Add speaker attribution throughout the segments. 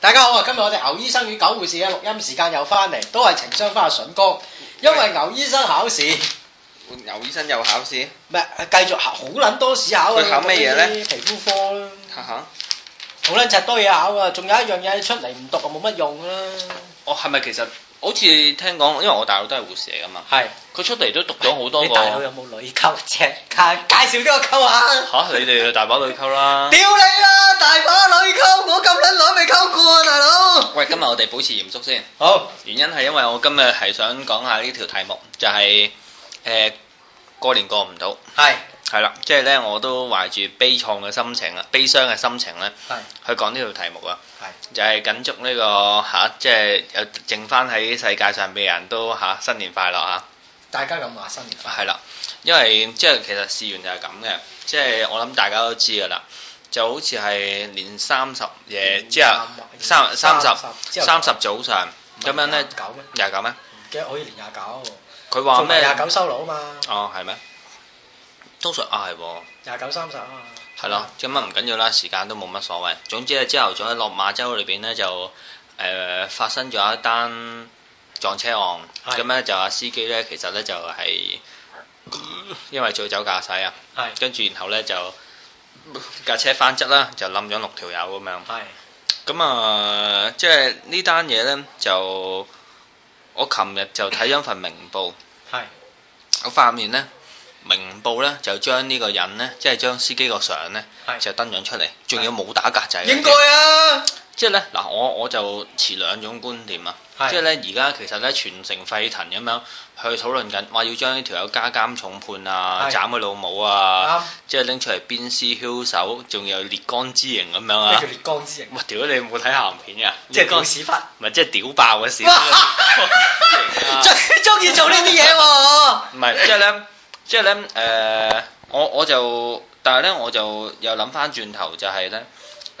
Speaker 1: 大家好啊！今日我哋牛醫生與狗護士嘅錄音時間又翻嚟，都係情商翻阿筍哥，因為牛醫生考試，
Speaker 2: 牛醫生又考試，
Speaker 1: 唔係繼續考好撚多試考啊
Speaker 2: 佢考咩嘢呢？
Speaker 1: 皮膚科啦，
Speaker 2: 哈哈！
Speaker 1: 好撚柒多嘢考啊！仲有一樣嘢你出嚟唔讀啊，冇乜用啦。
Speaker 2: 我哦係咪其實好似聽講，因為我大佬都係護士嚟噶嘛，
Speaker 1: 係，
Speaker 2: 佢出嚟都讀咗好多
Speaker 1: 你
Speaker 2: 個
Speaker 1: 大佬有冇女溝啫？介介紹俾我溝下。
Speaker 2: 嚇，你哋大把女溝啦。
Speaker 1: 屌你啦！大把女溝，我咁撚耐未溝過啊，大佬。
Speaker 2: 喂，今日我哋保持嚴肅先，
Speaker 1: 好，
Speaker 2: 原因係因為我今日係想講下呢條題目，就係、誒、過年過唔到，
Speaker 1: 係
Speaker 2: 係啦，即係咧我都懷住悲愴嘅心情啊，悲傷嘅心情咧，
Speaker 1: 係
Speaker 2: 去講呢條題目啊，
Speaker 1: 係
Speaker 2: 就係緊祝呢、個嚇、即係有剩翻喺世界上嘅人都嚇、新年快樂啊嚇、
Speaker 1: 大家咁話新年快
Speaker 2: 係啦，因為即係其實事源就係咁嘅，即係我諗大家都知㗎啦，就好似係年三十夜
Speaker 1: 樂
Speaker 2: 之後，三三十
Speaker 1: 之後
Speaker 2: 三十早上
Speaker 1: 唔係
Speaker 2: 咁樣
Speaker 1: 廿
Speaker 2: 咧，
Speaker 1: 九咩？
Speaker 2: 又係咁咩？
Speaker 1: 唔記得可以年廿九，
Speaker 2: 佢話
Speaker 1: 仲係
Speaker 2: 咩
Speaker 1: 廿？九收爐啊嘛，
Speaker 2: 哦，係咩？通常啊係喎，
Speaker 1: 廿九三十啊嘛。
Speaker 2: 係咯，咁啊唔緊要啦，時間都冇乜所謂。總之咧，朝頭早喺落馬洲裏邊咧就誒、呃、發生咗一單撞車案，
Speaker 1: 係
Speaker 2: 咁咧就話司機咧其實咧就係、因為醉酒駕駛啊。
Speaker 1: 係
Speaker 2: 跟住然後咧就架車翻側啦，就冧咗六條友咁樣。
Speaker 1: 係
Speaker 2: 咁啊，即係呢單嘢咧就我琴日就睇咗份明報，
Speaker 1: 係
Speaker 2: 我發現咧明報咧就將呢個人咧，即係將司機個相咧
Speaker 1: 係
Speaker 2: 就登咗出嚟，仲要冇打格仔。
Speaker 1: 應該啊，
Speaker 2: 即係咧嗱，我我就持兩種觀點啊。即係
Speaker 1: 係
Speaker 2: 咧，而家其實咧全城沸騰咁樣去討論緊，話要將呢條友加監重判啊，
Speaker 1: 係
Speaker 2: 斬佢老母啊。
Speaker 1: 啱，
Speaker 2: 即係拎出嚟鞭屍梟首，仲有烈光之刑咁樣
Speaker 1: 咩叫
Speaker 2: 啊！
Speaker 1: 烈光之刑？
Speaker 2: 哇！屌你冇睇鹹片啊！
Speaker 1: 即係
Speaker 2: 烈
Speaker 1: 屌
Speaker 2: 光
Speaker 1: 屎忽，
Speaker 2: 唔係即係屌爆 嘅 事。啊
Speaker 1: 最中意做呢啲嘢喎。
Speaker 2: 唔係即係咧，即係咧誒，我我就但係咧，我就又諗翻轉頭就係咧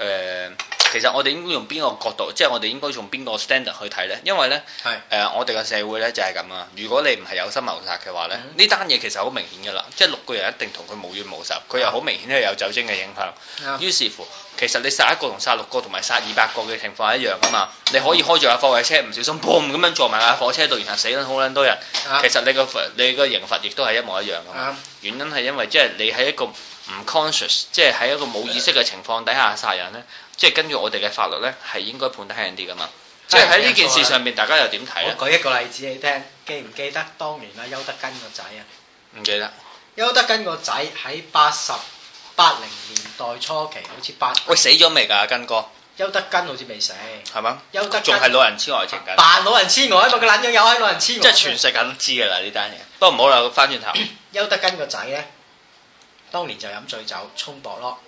Speaker 2: 誒，其實我哋應該用邊個角度，即係我哋應該用邊個 standard 去睇咧？因為咧
Speaker 1: 係
Speaker 2: 誒，我哋嘅社會咧就係咁啊！如果你唔係有心謀殺嘅話咧
Speaker 1: 嗯，
Speaker 2: 呢單嘢其實好明顯㗎啦，即係六個人一定同佢無冤無仇，佢
Speaker 1: 啊
Speaker 2: 又好明顯係有酒精嘅影響。於是乎，其實你殺一個同殺六個同埋殺二百個嘅情況係一樣噶嘛。你可以開住架貨櫃車，唔小心 boom 咁樣撞埋架火車度，然後死撚好撚多人。
Speaker 1: 啱
Speaker 2: 其實你個你個刑罰亦都係一模一樣噶嘛。
Speaker 1: 啱
Speaker 2: 原因係因為即係你喺一個唔 conscious，即係喺一個冇意識嘅情況底下殺人咧，即係根據我哋嘅法律咧係應該判得輕啲噶嘛。即係喺呢件事上面，大家又點睇啊咧？
Speaker 1: 我舉一個例子你聽，記唔記得當年啊邱德根個仔啊？
Speaker 2: 唔記得。
Speaker 1: 邱德根個仔喺八十八零年代初期，好似八
Speaker 2: 喂，死咗未㗎？阿根哥
Speaker 1: 邱德根好似未死，
Speaker 2: 係 嘛？
Speaker 1: 邱德
Speaker 2: 仲係
Speaker 1: 根
Speaker 2: 老人痴呆症 緊，
Speaker 1: 扮老人痴呆啊嘛，個撚樣又喺老人痴
Speaker 2: 即
Speaker 1: 呆。啊
Speaker 2: 係全世界都知㗎啦呢單嘢。 不過唔好啦，翻轉頭。
Speaker 1: 邱德根個仔咧，當年就飲醉酒衝博咯。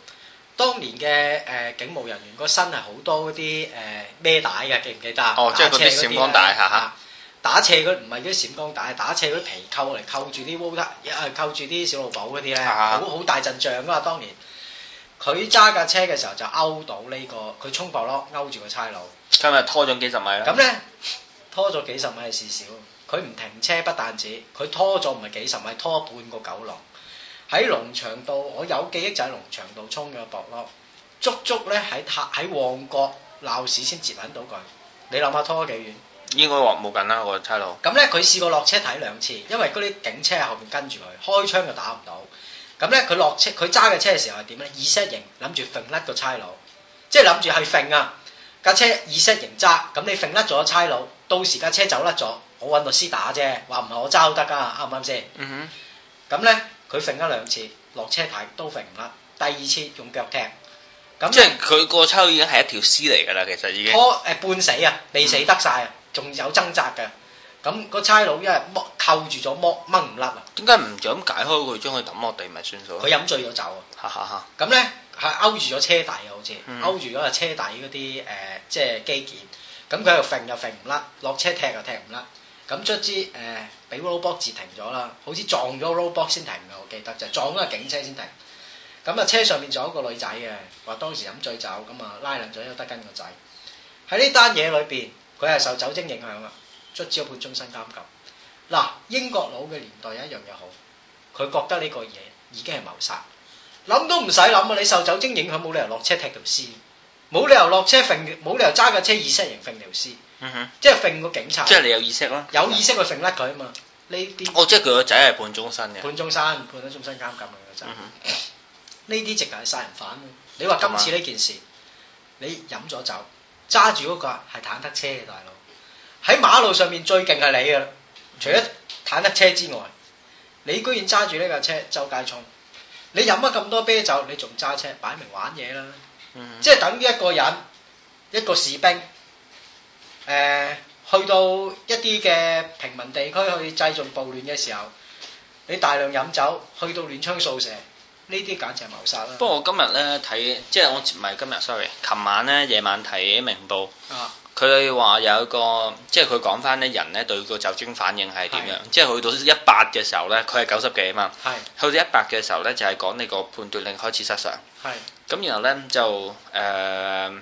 Speaker 1: 當年嘅誒、呃警務人員個身係好多嗰啲誒呃孭帶嘅，記唔記得啊？
Speaker 2: 哦即係嗰啲
Speaker 1: 打斜
Speaker 2: 閃光帶嚇嚇
Speaker 1: 啊打斜嗰唔係嗰啲閃光帶，係打斜嗰啲皮扣嚟扣住啲 water，誒扣住啲小路寶嗰啲咧，
Speaker 2: 嚇嚇
Speaker 1: 好好大陣仗噶嘛。當年佢揸架車嘅時候就勾到呢、個，佢衝博咯，勾住個差佬。
Speaker 2: 今日拖咗幾十米啦。
Speaker 1: 咁咧拖咗幾十米係事少，佢唔停車不但止，佢拖咗唔係幾十米，拖半個九龍。喺龍翔道，我有記憶就喺龍翔道衝咗博咯，足足咧喺塔喺旺角鬧市先截揾到佢。你諗下拖咗幾遠？
Speaker 2: 應該話冇緊啦，個差佬。
Speaker 1: 咁咧佢試過落車睇兩次，因為嗰啲警車喺後面跟住佢，開槍就打唔到。咁咧佢落車，佢揸嘅車嘅時候係點咧？二 set 型諗住揈甩個差佬，即係諗住係揈啊架車二 set 型揸，咁你揈甩咗差佬，到時架車走甩咗，我揾律師打啫，話唔係我揸都得噶，啱唔啱先？
Speaker 2: 嗯
Speaker 1: 咁咧佢揈咗兩次，落車睇都揈唔甩，第二次用腳踢，咁
Speaker 2: 哼，即
Speaker 1: 呢
Speaker 2: 係佢個差佬已經係一條屍嚟㗎啦，其實已經。
Speaker 1: 拖誒半死啊，未死得晒啊，仲有掙扎嘅。咁個差佬因為剝扣住咗剝掹唔甩啊！
Speaker 2: 點解唔就咁解開佢，將佢抌落地咪算數？
Speaker 1: 佢飲醉咗酒啊，
Speaker 2: 哈哈哈！
Speaker 1: 咁咧係勾住咗車底啊，好似、
Speaker 2: 嗯
Speaker 1: 勾住咗個車底嗰啲誒，呃即係機件，咁佢又揈又揈唔甩，落車踢又踢唔甩，咁卒之誒俾 roadblock 截停咗啦，好似撞咗 roadblock 先停嘅，我記得就撞咗個警車先停。咁啊，車上面仲有一個女仔嘅，話當時飲醉酒，咁啊拉冧咗邱德根個仔。喺呢單嘢裏邊，佢係受酒精影響啊，卒之判終身監禁。嗱，英國佬嘅年代有一樣嘢好，佢覺得呢個嘢已經係謀殺，諗都唔使諗啊！你受酒精影響，冇理由落車踢條屍，冇理由落車揈，冇理由揸架車意識型揈條屍，
Speaker 2: 嗯哼，
Speaker 1: 即係揈個警察
Speaker 2: 即。係你有意識啦。
Speaker 1: 有意識去揈甩佢啊嘛！呢啲
Speaker 2: 哦，即係佢個仔係判終身嘅。
Speaker 1: 判終身，判咗終身監禁嘅就
Speaker 2: 嗯
Speaker 1: 呢
Speaker 2: 哼
Speaker 1: 啲直頭係殺人犯啊。你話今次呢件事，你飲咗酒，揸住嗰個係坦克車嘅大佬，喺馬路上面最勁係你噶啦，除
Speaker 2: 嗯
Speaker 1: 咗坦克車之外，你居然揸住呢架車周街衝，你飲咗咁多啤酒，你仲揸車，擺明玩嘢啦！
Speaker 2: 嗯
Speaker 1: 即係等於一個人，一個士兵，誒、去到一啲嘅平民地區去製造暴亂嘅時候，你大量飲酒，去到亂槍掃射，呢啲簡直係謀殺啦！
Speaker 2: 不過我今日咧睇，即係我唔係今日，sorry，琴晚咧夜晚睇明報，
Speaker 1: 啊，
Speaker 2: 佢話有個，即係佢講翻咧人咧對個酒精反應係點樣，即係去到一百嘅時候咧，佢係九十幾啊嘛，
Speaker 1: 係
Speaker 2: 去到一百嘅時候咧就係講你個判斷力開始失常，
Speaker 1: 係
Speaker 2: 咁然後咧就誒。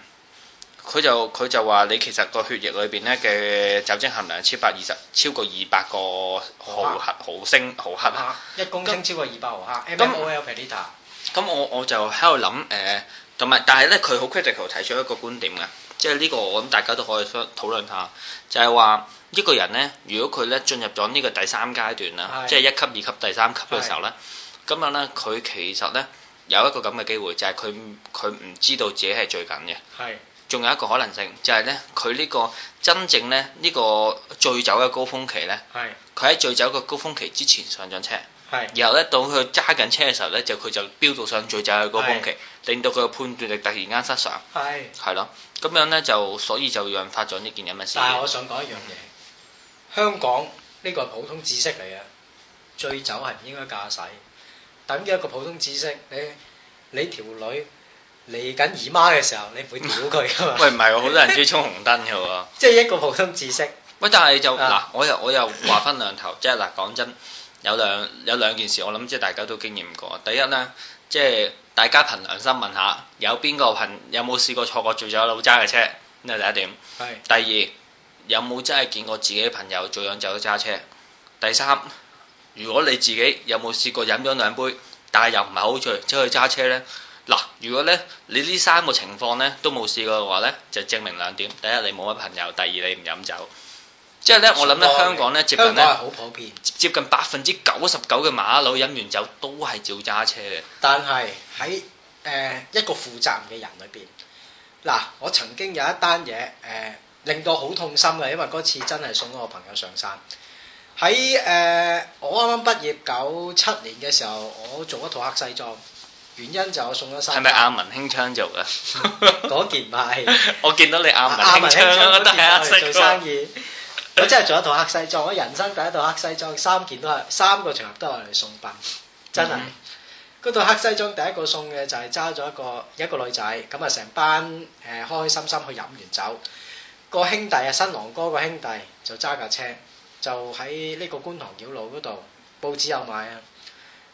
Speaker 2: 佢就佢就話你其實個血液裏邊咧嘅酒精含量超百二十超過二百個毫克毫升毫克
Speaker 1: 啊，一公升超過二百毫克
Speaker 2: 咁
Speaker 1: ，MMOL per liter
Speaker 2: 咁我我就喺度諗誒，呃同、埋但係咧佢好 critical 提出一個觀點嘅，即係呢個我諗大家都可以商討論下，就係話一個人咧，如果佢咧進入咗呢個第三階段啦，
Speaker 1: 係
Speaker 2: 即係一級、二級、第三級嘅時候咧，咁樣咧佢其實咧有一個咁嘅機會，就係佢佢唔知道自己係醉緊嘅。
Speaker 1: 係
Speaker 2: 仲有一個可能性就係咧，佢呢個真正咧呢個醉酒嘅高峰期咧，
Speaker 1: 係
Speaker 2: 佢喺醉酒嘅高峰期之前上咗車。
Speaker 1: 係
Speaker 2: 然後咧，到佢揸緊車嘅時候咧，就佢就飆到上最就嘅高峰期，令到佢嘅判斷力突然間失常，
Speaker 1: 係，
Speaker 2: 係咯。咁樣咧就所以就引發咗呢件咁嘅事。
Speaker 1: 但係我想講一樣嘢，香港呢個係普通知識嚟嘅，啊醉酒係唔應該駕駛，等於一個普通知識，你你條女嚟緊姨媽嘅時候，你唔會屌佢噶嘛？
Speaker 2: 喂，唔係喎，好多人中意衝紅燈嘅 喎。
Speaker 1: 即係一個普通知識，
Speaker 2: 喂，但係就嗱、
Speaker 1: 啊
Speaker 2: 我又我又話分兩頭，即係嗱，講真，有兩有兩件事，我諗即係大家都經驗過。第一咧，即係大家憑良心問下，有邊個朋有冇試過坐過醉酒佬揸嘅車？呢個第一點。
Speaker 1: 係
Speaker 2: 第二，有冇真係見過自己嘅朋友醉飲酒揸車？第三，如果你自己有冇試過飲咗兩杯，但係又唔係好醉，即係去揸車呢？嗱，如果呢，你呢三個情況呢都冇試過嘅話呢，就證明兩點：第一，你冇乜朋友；第二，你唔飲酒。即係呢，我諗呢，香港呢接近
Speaker 1: 香港係
Speaker 2: 呢
Speaker 1: 好普遍，
Speaker 2: 接近百分之九十九嘅馬佬飲完酒都係照揸車嘅。
Speaker 1: 但係喺誒一個負責任嘅人裏邊，嗱，我曾經有一單嘢誒令到好痛心嘅，因為嗰次真係送咗我朋友上山。喺誒、呃我啱啱畢業九七年嘅時候，我做一套黑西裝，原因就我送咗
Speaker 2: 係
Speaker 1: 山。
Speaker 2: 咪阿文興昌做嘅？
Speaker 1: 嗰件唔係。
Speaker 2: 我見到你阿文
Speaker 1: 阿文
Speaker 2: 興昌
Speaker 1: 興
Speaker 2: 啊，
Speaker 1: 昌
Speaker 2: 都係阿
Speaker 1: 嗰件我嚟
Speaker 2: 色
Speaker 1: 做生意。我真係做一套黑西裝，我人生第一套黑西裝，三件都係三個場合都係我嚟送殯，真係。
Speaker 2: 嗯
Speaker 1: 嗰套黑西裝第一個送嘅就係揸咗一個一個女仔，咁啊成班誒、呃、開開心心去飲完酒，個兄弟啊新郎哥個兄弟就揸架車，就喺呢個觀塘繞路嗰度，報紙有賣啊，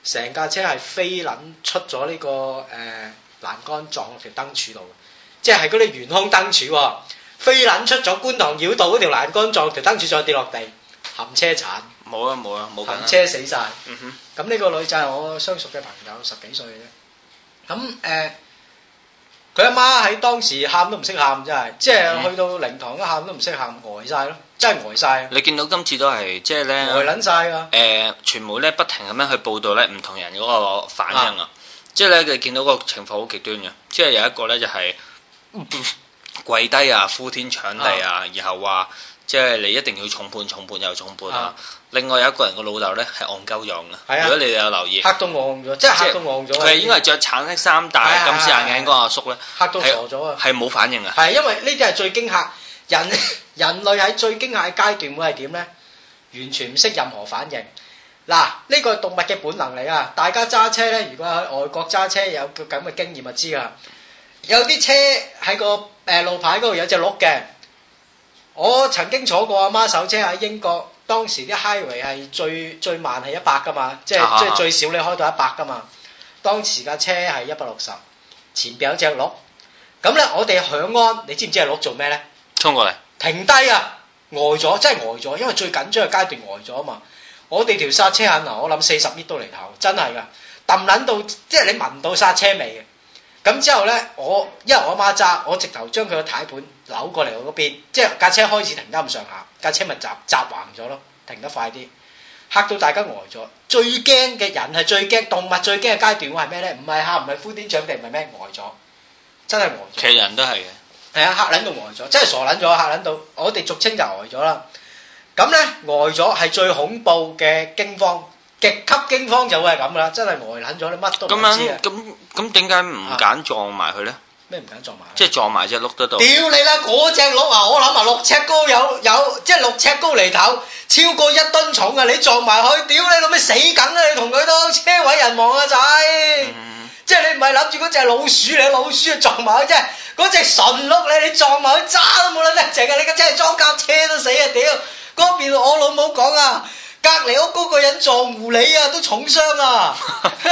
Speaker 1: 成架車係飛撚出咗呢、個誒、呃、欄杆撞落條燈柱度，即係嗰啲懸空燈柱喎、飛撚出咗觀塘繞道嗰條欄杆撞條燈柱再跌落地，冚車殘，
Speaker 2: 冇啊冇啊冇
Speaker 1: 冚
Speaker 2: 緊啦。
Speaker 1: 車死晒。
Speaker 2: 嗯哼。
Speaker 1: 咁呢個女仔係我相熟嘅朋友，十幾歲嘅啫。咁誒，佢阿媽喺當時喊都唔識喊，真係，即
Speaker 2: 嗯
Speaker 1: 係去到靈堂一喊都唔識喊，呆晒咯，真係呆晒，啊
Speaker 2: 你見到今次都係即係
Speaker 1: 呆
Speaker 2: 咧，
Speaker 1: 撚晒啊㗎。
Speaker 2: 誒傳媒咧不停咁樣去報導咧唔同人嗰個反應啊，即係咧你見到個情況好極端嘅，即係有一個咧就係、跪低啊、呼天搶地啊，然後話即係你一定要重判、重判又重判啊
Speaker 1: 啊。
Speaker 2: 另外有一個人個老豆咧係戇鳩樣嘅，
Speaker 1: 係啊
Speaker 2: 如果你哋有留意，
Speaker 1: 嚇到戇咗，即係嚇到戇咗。啊
Speaker 2: 佢係應該係着橙色衫戴
Speaker 1: 係係
Speaker 2: 金絲眼鏡嗰個阿叔咧
Speaker 1: 嚇到傻咗啊！
Speaker 2: 啊係冇反應啊。
Speaker 1: 係因為呢啲係最驚嚇人， 人類喺最驚嚇嘅階段會係點呢？完全唔識任何反應。嗱，呢個係動物嘅本能嚟啊！大家揸車呢，如果喺外國揸車有個咁嘅經驗就知啦。有啲車喺個誒路牌嗰度有隻鹿嘅，我曾經坐過阿媽手車喺英國，當時啲 highway 係最最慢係一百噶嘛，即
Speaker 2: 啊
Speaker 1: 係
Speaker 2: 哈
Speaker 1: 即係最少你開到一百噶嘛。當時架車係一百六十，前邊有隻鹿。咁咧，我哋響安，你知唔知係鹿做咩咧？
Speaker 2: 衝過嚟，
Speaker 1: 停低啊，呆咗，真係呆咗，因為最緊張嘅階段呆咗啊嘛。我哋條剎車痕啊，我諗四十米都嚟頭，真係噶，揼撚到，即係你聞到剎車味嘅。咁之後咧，我因為我媽揸，我直頭將佢個軚盤扭過嚟我嗰邊，即係架車開始停得咁上下，架車咪閘閘橫咗咯，停得快啲，嚇到大家呆咗。最驚嘅人係最驚動物最驚嘅階段會係咩咧？唔係嚇，唔係呼天搶地，唔係咩呆咗，真係呆
Speaker 2: 其
Speaker 1: 咗。
Speaker 2: 實人都係嘅，
Speaker 1: 係啊，嚇撚到呆咗，真係傻撚咗，嚇撚到我哋俗稱就呆咗啦。咁咧呆咗係最恐怖嘅驚慌，極級驚慌就會係咁噶啦，真係呆撚咗，你乜都
Speaker 2: 咁
Speaker 1: 唔知
Speaker 2: 樣
Speaker 1: 啊！
Speaker 2: 咁咁點解唔揀撞埋佢咧？
Speaker 1: 咩唔敢撞埋啊？
Speaker 2: 即係撞埋只碌得到。
Speaker 1: 屌你啦！嗰只鹿啊，我諗啊六尺高有有，即係六尺高嚟頭，超過一噸重啊！你撞埋佢，屌你老味死梗啦！你同佢都車毀人亡啊仔！
Speaker 2: 嗯
Speaker 1: 即係你唔係諗住嗰只老鼠，你老鼠啊撞埋佢啫，嗰只純鹿你你撞埋佢渣都冇撚得剩啊！你架真係裝甲車都死啊屌！嗰邊我老母講啊，隔離屋嗰個人撞狐狸啊，都重傷啊！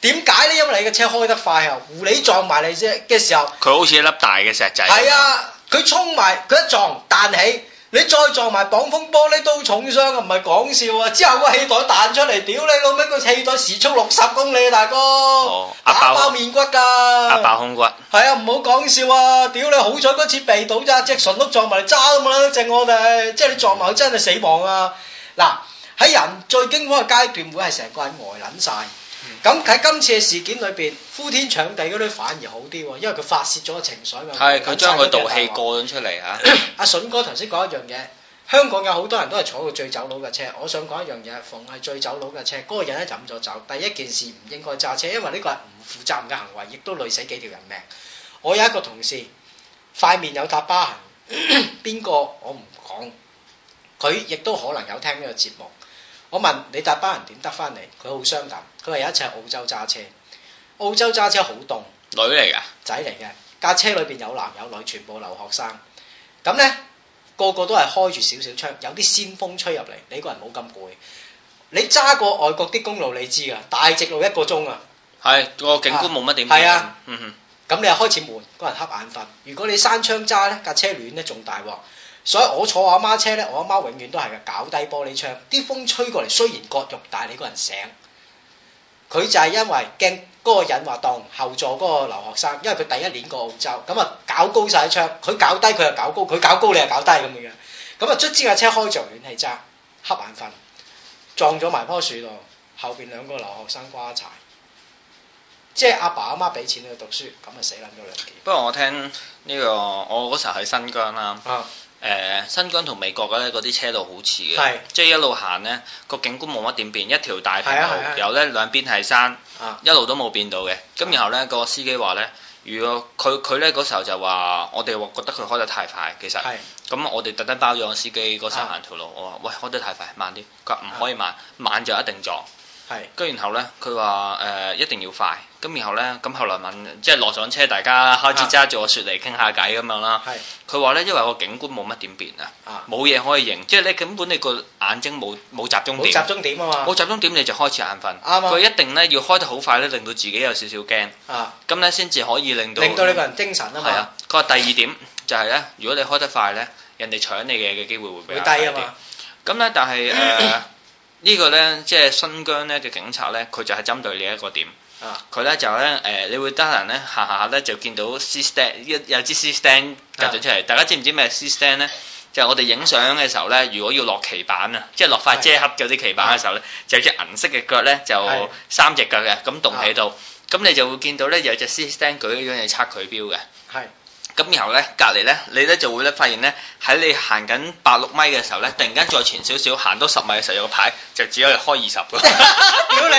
Speaker 1: 點解呢？因為你嘅車開得快啊，狐狸撞埋你啫嘅時候。
Speaker 2: 佢好似一粒大嘅石仔。
Speaker 1: 係，啊，佢衝埋，佢一撞彈起，你再撞埋擋風玻璃都重傷啊，唔係講笑啊！之後個氣袋彈出嚟，屌你老味個氣袋時速六十公里啊，大哥，
Speaker 2: 哦壓
Speaker 1: 打
Speaker 2: 爆
Speaker 1: 爆面骨㗎，
Speaker 2: 壓爆胸骨。
Speaker 1: 係啊，唔好講笑啊！屌你，好彩嗰次避到咋，隻純碌撞埋嚟揸都冇啦，剩我哋，啊即係你撞埋佢真係死亡啊！嗱，喺人最驚慌嘅階段，會係成個人呆撚晒。
Speaker 2: 嗯
Speaker 1: 咁喺今次嘅事件裏邊，呼天搶地嗰啲反而好啲喎，因為佢發泄咗個情緒嘛。
Speaker 2: 係佢將佢道氣
Speaker 1: 過。
Speaker 2: 過咗出嚟嚇。
Speaker 1: 阿筍哥頭先講一樣嘢，香港有好多人都係坐過醉酒佬嘅車。我想講一樣嘢，逢係醉酒佬嘅車，嗰、個人咧飲咗酒，第一件事唔應該揸車，因為呢個係唔負責任嘅行為，亦都累死幾條人命。我有一個同事，塊面有笪疤痕， 邊個我唔講，佢亦都可能有聽呢個節目。我問你笪疤痕點得翻嚟？佢好傷感，佢話有一次喺澳洲揸車，澳洲揸車好凍。
Speaker 2: 女嚟㗎，
Speaker 1: 仔嚟嘅，架車裏邊有男有女，全部留學生。咁呢，個個都係開住少少窗，有啲鮮風吹入嚟，你個人冇咁攰。你揸過外國啲公路，你知㗎，大直路一個鐘啊，
Speaker 2: 係個警官冇乜點。
Speaker 1: 係啊。
Speaker 2: 嗯哼。
Speaker 1: 咁你又開始悶，個人瞌眼瞓。如果你閂窗揸呢，架車亂呢，仲大鑊。所以我坐我阿媽車呢，我阿媽永遠都係嘅，搞低玻璃窗，啲風吹過嚟，雖然割肉，但係你個人醒。佢就係因為驚嗰個人話當後座嗰個留學生，因為佢第一年過澳洲，咁啊搞高晒窗，佢搞低佢又搞高，佢搞高你又搞低咁樣，咁啊卒之架車開着暖氣揸，瞌眼瞓，撞咗埋棵樹度，後邊兩個留學生瓜柴，即係阿爸阿媽俾錢佢讀書，咁啊死撚咗兩件。
Speaker 2: 不過我聽呢、個，我嗰時候喺新疆啦，
Speaker 1: 啊，
Speaker 2: 誒、新疆同美國咧嗰啲車路好似嘅，
Speaker 1: 係
Speaker 2: 即係一路行咧個景觀冇乜點變，一條大平
Speaker 1: 係啊係啊
Speaker 2: 路，有咧兩邊係山
Speaker 1: 啊，
Speaker 2: 一路都冇變到嘅。咁然後咧個司機話咧，如果佢佢咧嗰時候就話，我哋話覺得佢開得太快，其實
Speaker 1: 係
Speaker 2: 咁我哋特登包咗個司機嗰時候
Speaker 1: 啊
Speaker 2: 行條路，我話喂開得太快，慢啲，佢話唔可以慢，慢就一定撞。
Speaker 1: 係
Speaker 2: 跟住然後咧，佢話誒一定要快，咁然後咧，咁後來問，即係落上車，大家開始
Speaker 1: 啊
Speaker 2: 揸住個雪梨傾下偈咁樣啦。
Speaker 1: 係
Speaker 2: 佢話咧，因為個景觀冇乜點變啊
Speaker 1: 啊，
Speaker 2: 冇嘢可以影，即係你根本你個眼睛冇冇集中
Speaker 1: 冇
Speaker 2: 點，
Speaker 1: 集中點啊嘛，
Speaker 2: 冇集中點你就開始眼瞓。
Speaker 1: 啱
Speaker 2: 佢
Speaker 1: 啊，
Speaker 2: 一定咧要開得好快咧，令到自己有少少驚，
Speaker 1: 啊，
Speaker 2: 咁咧先至可以令到
Speaker 1: 令到你個人精神啊
Speaker 2: 係
Speaker 1: 嘛，
Speaker 2: 啊。佢話第二點就係咧，如果你開得快咧，人哋搶你嘅嘅機會會比
Speaker 1: 會低啊
Speaker 2: 較大啲
Speaker 1: 嘛，
Speaker 2: 咁咧，但係誒、呃 呢個咧，即係新疆咧嘅警察咧，佢就係針對呢一個點
Speaker 1: 啊。
Speaker 2: 佢咧就咧誒，你會得閒咧行行下咧就見到 C stand 一有支 C stand 夾咗出嚟，大家知唔知咩 C stand 咧？就係我哋影相嘅時候咧，如果要落棋板啊，即係落塊遮黑嗰啲棋板嘅時候咧，就有隻銀色嘅腳咧，
Speaker 1: 係啊
Speaker 2: 就三隻腳嘅咁棟喺度，咁你就會見到咧有隻 C stand 舉咗樣嘢測佢標嘅。
Speaker 1: 係
Speaker 2: 咁然後咧，隔離咧，你咧就會咧發現咧，喺你行緊八六米嘅時候咧，突然間再前少少，行多十米嘅時候有個牌，就只可以開二 十嘅。
Speaker 1: 屌你，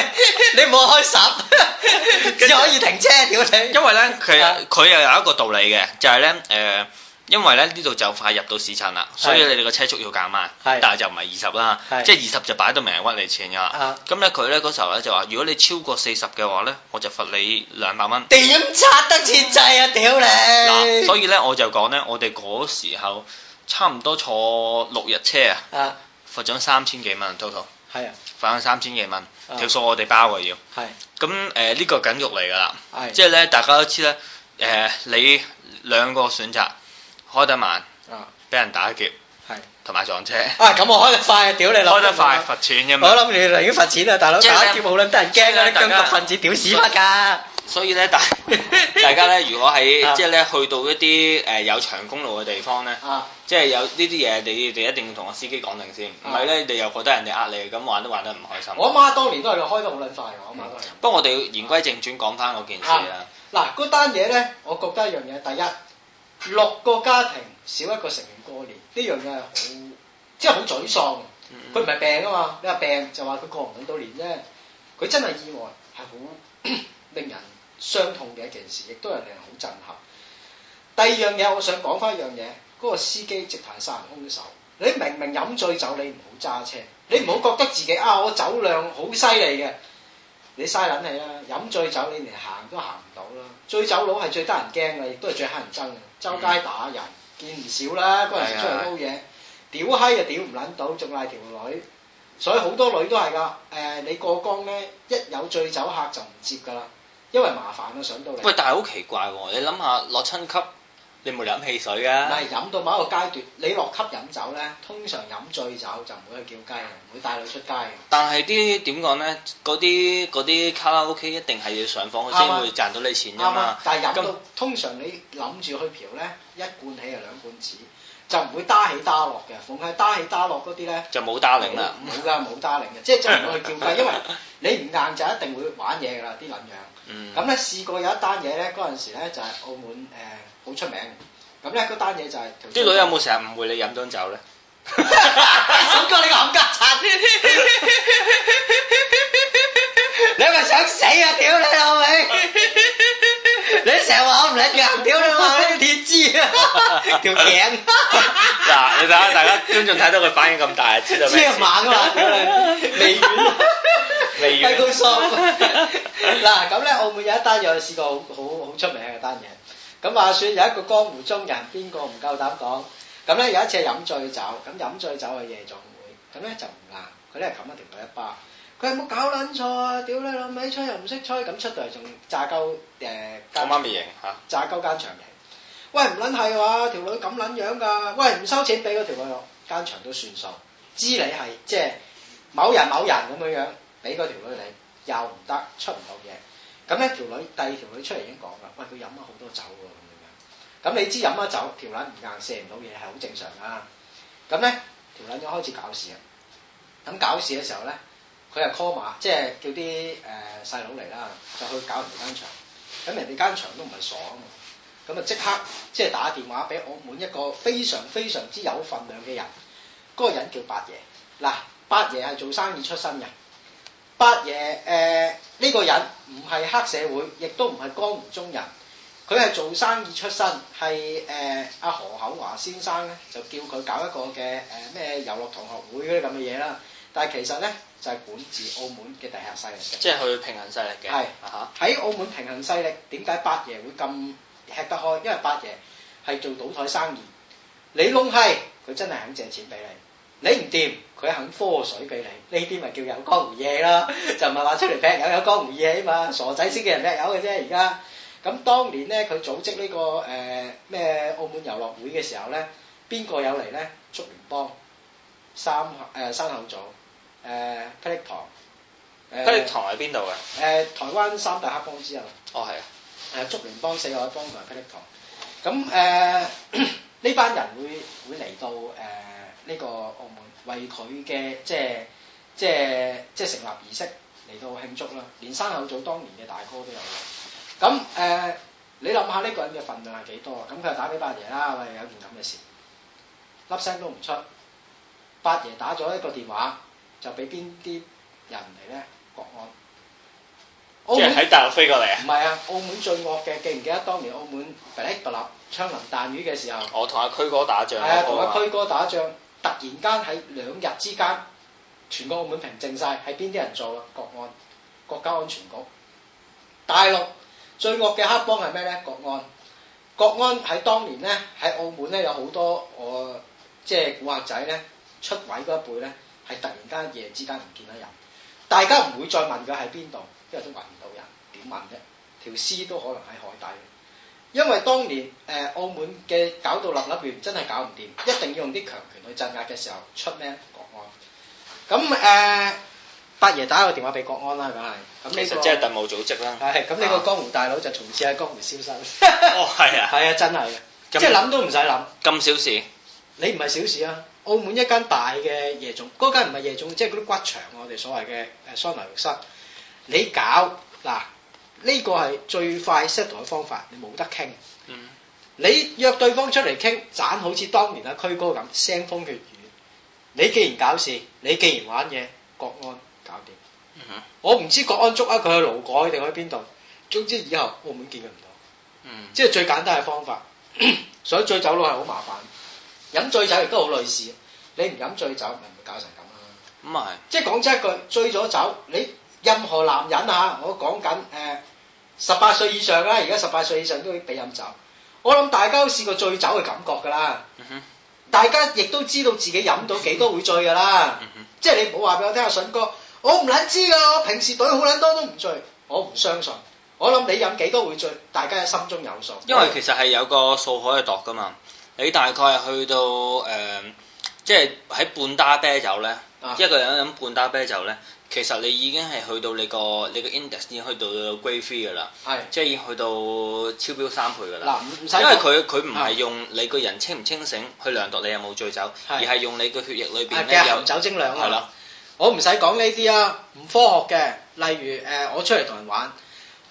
Speaker 1: 你唔好開十，只可以停車，屌你！
Speaker 2: 因為咧，
Speaker 1: 啊
Speaker 2: 佢佢又有一個道理嘅，就係咧誒，因為咧呢度就快入到市鎮啦，所以你哋個車速要減慢，
Speaker 1: 係
Speaker 2: 但係就唔係二十啦，
Speaker 1: 係
Speaker 2: 即係二十就擺到明係屈你錢㗎啦。
Speaker 1: 啊，
Speaker 2: 咁咧佢咧嗰時候咧就話，如果你超過四十嘅話咧，我就罰你兩百蚊。
Speaker 1: 點拆得切掣啊，屌
Speaker 2: 嗱，
Speaker 1: 你！
Speaker 2: 所以咧我就講咧，我哋嗰時候差唔多坐六日車啊，
Speaker 1: 啊，
Speaker 2: 罰咗三千幾蚊 total。
Speaker 1: 係啊，
Speaker 2: 反咗三千幾蚊，
Speaker 1: 啊
Speaker 2: 條數我哋包嘅要。
Speaker 1: 係
Speaker 2: 咁誒呢個緊肉嚟㗎啦，
Speaker 1: 係
Speaker 2: 即係咧大家都知咧，誒、你兩個選擇，開得慢，
Speaker 1: 啊
Speaker 2: 俾人打劫，
Speaker 1: 係
Speaker 2: 同埋撞車，
Speaker 1: 啊，咁我開得快啊，屌你諗
Speaker 2: 開得快。罰錢㗎
Speaker 1: 我
Speaker 2: 嘛。
Speaker 1: 諗你寧願罰錢啊，大佬
Speaker 2: 即係咧
Speaker 1: 打劫好撚得人驚啊！啲
Speaker 2: 即係咧
Speaker 1: 僵
Speaker 2: 大家
Speaker 1: 局分子屌屎忽㗎，
Speaker 2: 所以咧，大大家咧，如果喺
Speaker 1: 啊
Speaker 2: 即係咧去到一啲誒有長公路嘅地方咧，
Speaker 1: 啊，
Speaker 2: 即係有呢啲嘢，你哋一定要同個司機講定先，唔係咧你又覺得人哋呃你，咁玩都玩得唔開心。
Speaker 1: 啊我阿媽當年都係開得好撚快㗎，我阿媽都係。
Speaker 2: 不過我哋要言歸正傳，講翻嗰件事
Speaker 1: 啊
Speaker 2: 啦。
Speaker 1: 嗱，嗰單嘢咧，我覺得一樣嘢，第一六個家庭少一個成員過年，呢樣嘢係好，即係好沮喪。
Speaker 2: 嗯
Speaker 1: 佢唔係病啊嘛，你話病就話佢過唔到年啫，佢真係意外，係好 令人傷痛嘅一件事，亦都係令人好震撼。第二樣嘢，我想講翻一樣嘢，嗰、個司機直頭係殺人兇手。你明明飲醉酒，你唔好揸車，你唔好覺得自己啊，我酒量好犀利嘅，你嘥撚氣啦！飲醉酒你連行都行唔到啦，醉酒佬係最得人驚嘅，亦都係最乞人憎嘅，周街打人，見唔少啦，嗰陣時出嚟撈嘢。屌閪就屌唔撚到，仲賴條女，所以好多女都係㗎。誒、你過江咧，一有醉酒客就唔接㗎啦，因為麻煩啊，上到嚟。
Speaker 2: 喂，但係好奇怪喎，你諗下落親級，你冇飲汽水
Speaker 1: 唔
Speaker 2: 啊？
Speaker 1: 係飲到某一個階段，你落級飲酒咧，通常飲醉酒就唔會去叫雞嘅，唔會帶女出街嘅。
Speaker 2: 但係啲點講咧？嗰啲嗰啲卡拉 OK 一定係要上房佢
Speaker 1: 啱
Speaker 2: 先
Speaker 1: 啊
Speaker 2: 會賺到你錢
Speaker 1: 啱
Speaker 2: 㗎嘛
Speaker 1: 啊。！但係飲
Speaker 2: 咁
Speaker 1: 到通常你諗住去嫖咧，一罐起就啊兩罐止，就唔會打起打落嘅。逢係打起打落嗰啲咧，
Speaker 2: 就冇打領啦。
Speaker 1: 冇㗎冇打零嘅，即係真係唔會去叫雞，因為你唔硬就一定會玩嘢㗎啦，啲撚樣。
Speaker 2: 嗯。
Speaker 1: 咁咧試過有一單嘢咧，嗰陣時咧就係澳門誒好出名。咁咧嗰單嘢就係條
Speaker 2: 啲女有冇成日誤會你飲咗酒咧？
Speaker 1: 閃過你個冚家鏟？ 你係咪想死啊！屌你老味！你成日話我唔撚硬，屌你話你鐵枝 啊！條頸
Speaker 2: 嗱，你睇下大家觀眾睇到佢反應咁大， 知道咩
Speaker 1: 黐
Speaker 2: 事？
Speaker 1: 猛啊嘛！屌你未完。
Speaker 2: 未完
Speaker 1: 低高 數。嗱咁咧，澳門有一單嘢我試過好好好出名嘅單嘢。咁話説有一個江湖中人，邊個唔夠膽講？咁咧有一次係飲醉酒，咁飲醉酒去夜總會，咁咧就唔硬，佢咧冚一條女一巴。佢有冇搞撚錯啊？屌你老味，吹又唔識吹，咁出到嚟仲炸鳩誒
Speaker 2: 我媽咪型嚇，
Speaker 1: 炸鳩間場嘅。喂，唔撚係話條女咁撚樣㗎？喂，唔收錢俾嗰條女我，間場都算數。知你係即係某人某人咁樣樣，俾嗰條女你又唔得，出唔到嘢。咁咧條女第二條女出嚟已經講啦，喂，佢飲咗好多酒喎咁樣樣。咁你知飲咗酒條撚唔硬射唔到嘢係好正常啦。咁咧條撚就開始搞事啊！咁搞事嘅時候咧，佢係 call 馬，即係叫啲誒細佬嚟啦，就去搞人哋間場。咁人哋間場都唔係爽喎，咁啊即刻即係打電話俾澳門一個非常非常之有份量嘅人，嗰、個人叫八爺。嗱，八爺係做生意出身嘅，八爺誒呢、個人唔係黑社會，亦都唔係江湖中人，佢係做生意出身，係誒阿何厚華先生咧就叫佢搞一個嘅誒咩遊樂同學會嗰啲咁嘅嘢啦，但係其實咧就係、管治澳門嘅地下勢力嘅。
Speaker 2: 即係佢平衡勢力嘅。
Speaker 1: 係
Speaker 2: 啊
Speaker 1: 喺澳門平衡勢力，點解八爺會咁吃得開？因為八爺係做賭台生意，你窿閪，佢真係肯借錢俾你；你唔掂，佢肯科水俾你。呢啲咪叫有江湖嘢啦， 就唔係話出嚟劈友有江湖嘢啊嘛，傻仔先叫人劈友嘅啫而家。咁當年咧，佢組織呢、個誒咩、澳門遊樂會嘅時候咧，邊個有嚟咧？竹聯幫、三誒、呃山口組、誒、呃霹靂堂、
Speaker 2: 嚇，
Speaker 1: 誒
Speaker 2: 佢哋堂喺邊度
Speaker 1: 誒、
Speaker 2: 嘅？
Speaker 1: 呃台灣三大黑幫之後，
Speaker 2: 哦係啊，
Speaker 1: 誒、竹聯幫、四海幫同埋霹靂堂。咁誒 呢班人會會嚟到誒呢、個澳門，為佢嘅即係即係即係成立儀式嚟到慶祝啦。連山口組當年嘅大哥都有嚟。咁誒、你諗下呢個人嘅份量係幾多啊？咁佢就打俾八爺啦，喂，有件咁嘅事，粒聲都唔出。八爺打咗一個電話，就俾邊啲人嚟咧？國安。澳
Speaker 2: 即
Speaker 1: 門
Speaker 2: 係喺大陸飛過嚟啊！
Speaker 1: 唔係啊，澳門最惡嘅，記唔記得當年澳門噼哩啪啦槍林彈雨嘅時候，
Speaker 2: 我同阿區哥打仗
Speaker 1: 係啊，
Speaker 2: 嗰
Speaker 1: 同
Speaker 2: 個
Speaker 1: 阿
Speaker 2: 啊。
Speaker 1: 區哥打仗，突然間喺兩日之間，全個澳門平靜晒，係邊啲人做啊？國安、國家安全局、大陸最惡嘅黑幫係咩咧？國安，國安喺當年咧喺澳門咧有好多我即係古惑仔咧出位嗰一輩咧，係突然間一夜之間唔見咗人，大家唔會再問佢喺邊度，因為都揾唔到人，點問啫？條屍都可能喺海底。因為當年誒、呃澳門嘅搞到立立亂，真係搞唔掂，一定要用啲強權去鎮壓嘅時候，出咩國安。咁誒、呃八爺打個電話俾國安啦，梗係。咁
Speaker 2: 其
Speaker 1: 呢
Speaker 2: 實
Speaker 1: 個
Speaker 2: 即係特務組織啦。
Speaker 1: 係咁呢個江湖大佬就從此喺江湖消失。
Speaker 2: 哦，係啊，
Speaker 1: 係啊，真係嘅，即
Speaker 2: 咁
Speaker 1: 係諗都唔使諗。
Speaker 2: 咁小事，
Speaker 1: 你唔係小事啊！澳門一間大嘅夜總，嗰間唔係夜總，即係嗰啲骨場，我哋所謂嘅誒桑拿浴室，你搞嗱呢個係最快 settle 嘅方法，你冇得傾。
Speaker 2: 嗯，
Speaker 1: 你約對方出嚟傾，盞好似當年阿區哥咁腥風血雨。你既然搞事，你既然玩嘢，國安搞掂。
Speaker 2: 嗯哼
Speaker 1: 我唔知國安捉啊佢去勞改定去邊度，總之以後澳門見佢唔到。
Speaker 2: 嗯，
Speaker 1: 即係最簡單嘅方法。 所以醉酒佬係好麻煩，飲醉酒亦都好類似。你唔飲醉酒，咪唔會搞成咁啦。
Speaker 2: 咁啊
Speaker 1: 即係講真一句，醉咗酒，你任何男人啊，我講緊誒十八歲以上啦，而家十八歲以上都俾飲酒。我諗大家都試過醉酒嘅感覺㗎啦，
Speaker 2: 係，嗯哼，
Speaker 1: 大家亦都知道自己飲到幾多會醉㗎啦。
Speaker 2: 嗯哼，
Speaker 1: 即係你唔好話俾我聽，阿筍哥，我唔撚知㗎，我平時隊好撚多都唔醉，我唔相信。我諗你飲幾多會醉，大家心中有數。
Speaker 2: 因為其實係有個數可以度噶嘛，你大概係去到誒，即係喺半打啤酒咧
Speaker 1: 啊，
Speaker 2: 一個人飲半打啤酒咧，其實你已經係去到你個你個 index 已經去到 grade three 噶啦，
Speaker 1: 係。
Speaker 2: 即係已經去到超標三倍噶啦。
Speaker 1: 嗱，唔唔使
Speaker 2: 因為
Speaker 1: 講啊
Speaker 2: 佢佢唔係用你個人清唔清醒去量度你有冇醉酒，而啊係啊用你個血液裏邊
Speaker 1: 係
Speaker 2: 咧
Speaker 1: 嘅
Speaker 2: 有
Speaker 1: 含酒精量
Speaker 2: 係
Speaker 1: 啊，
Speaker 2: 啦，
Speaker 1: 我唔使講呢啲啊，唔科學嘅。例如誒、呃我出嚟同人玩，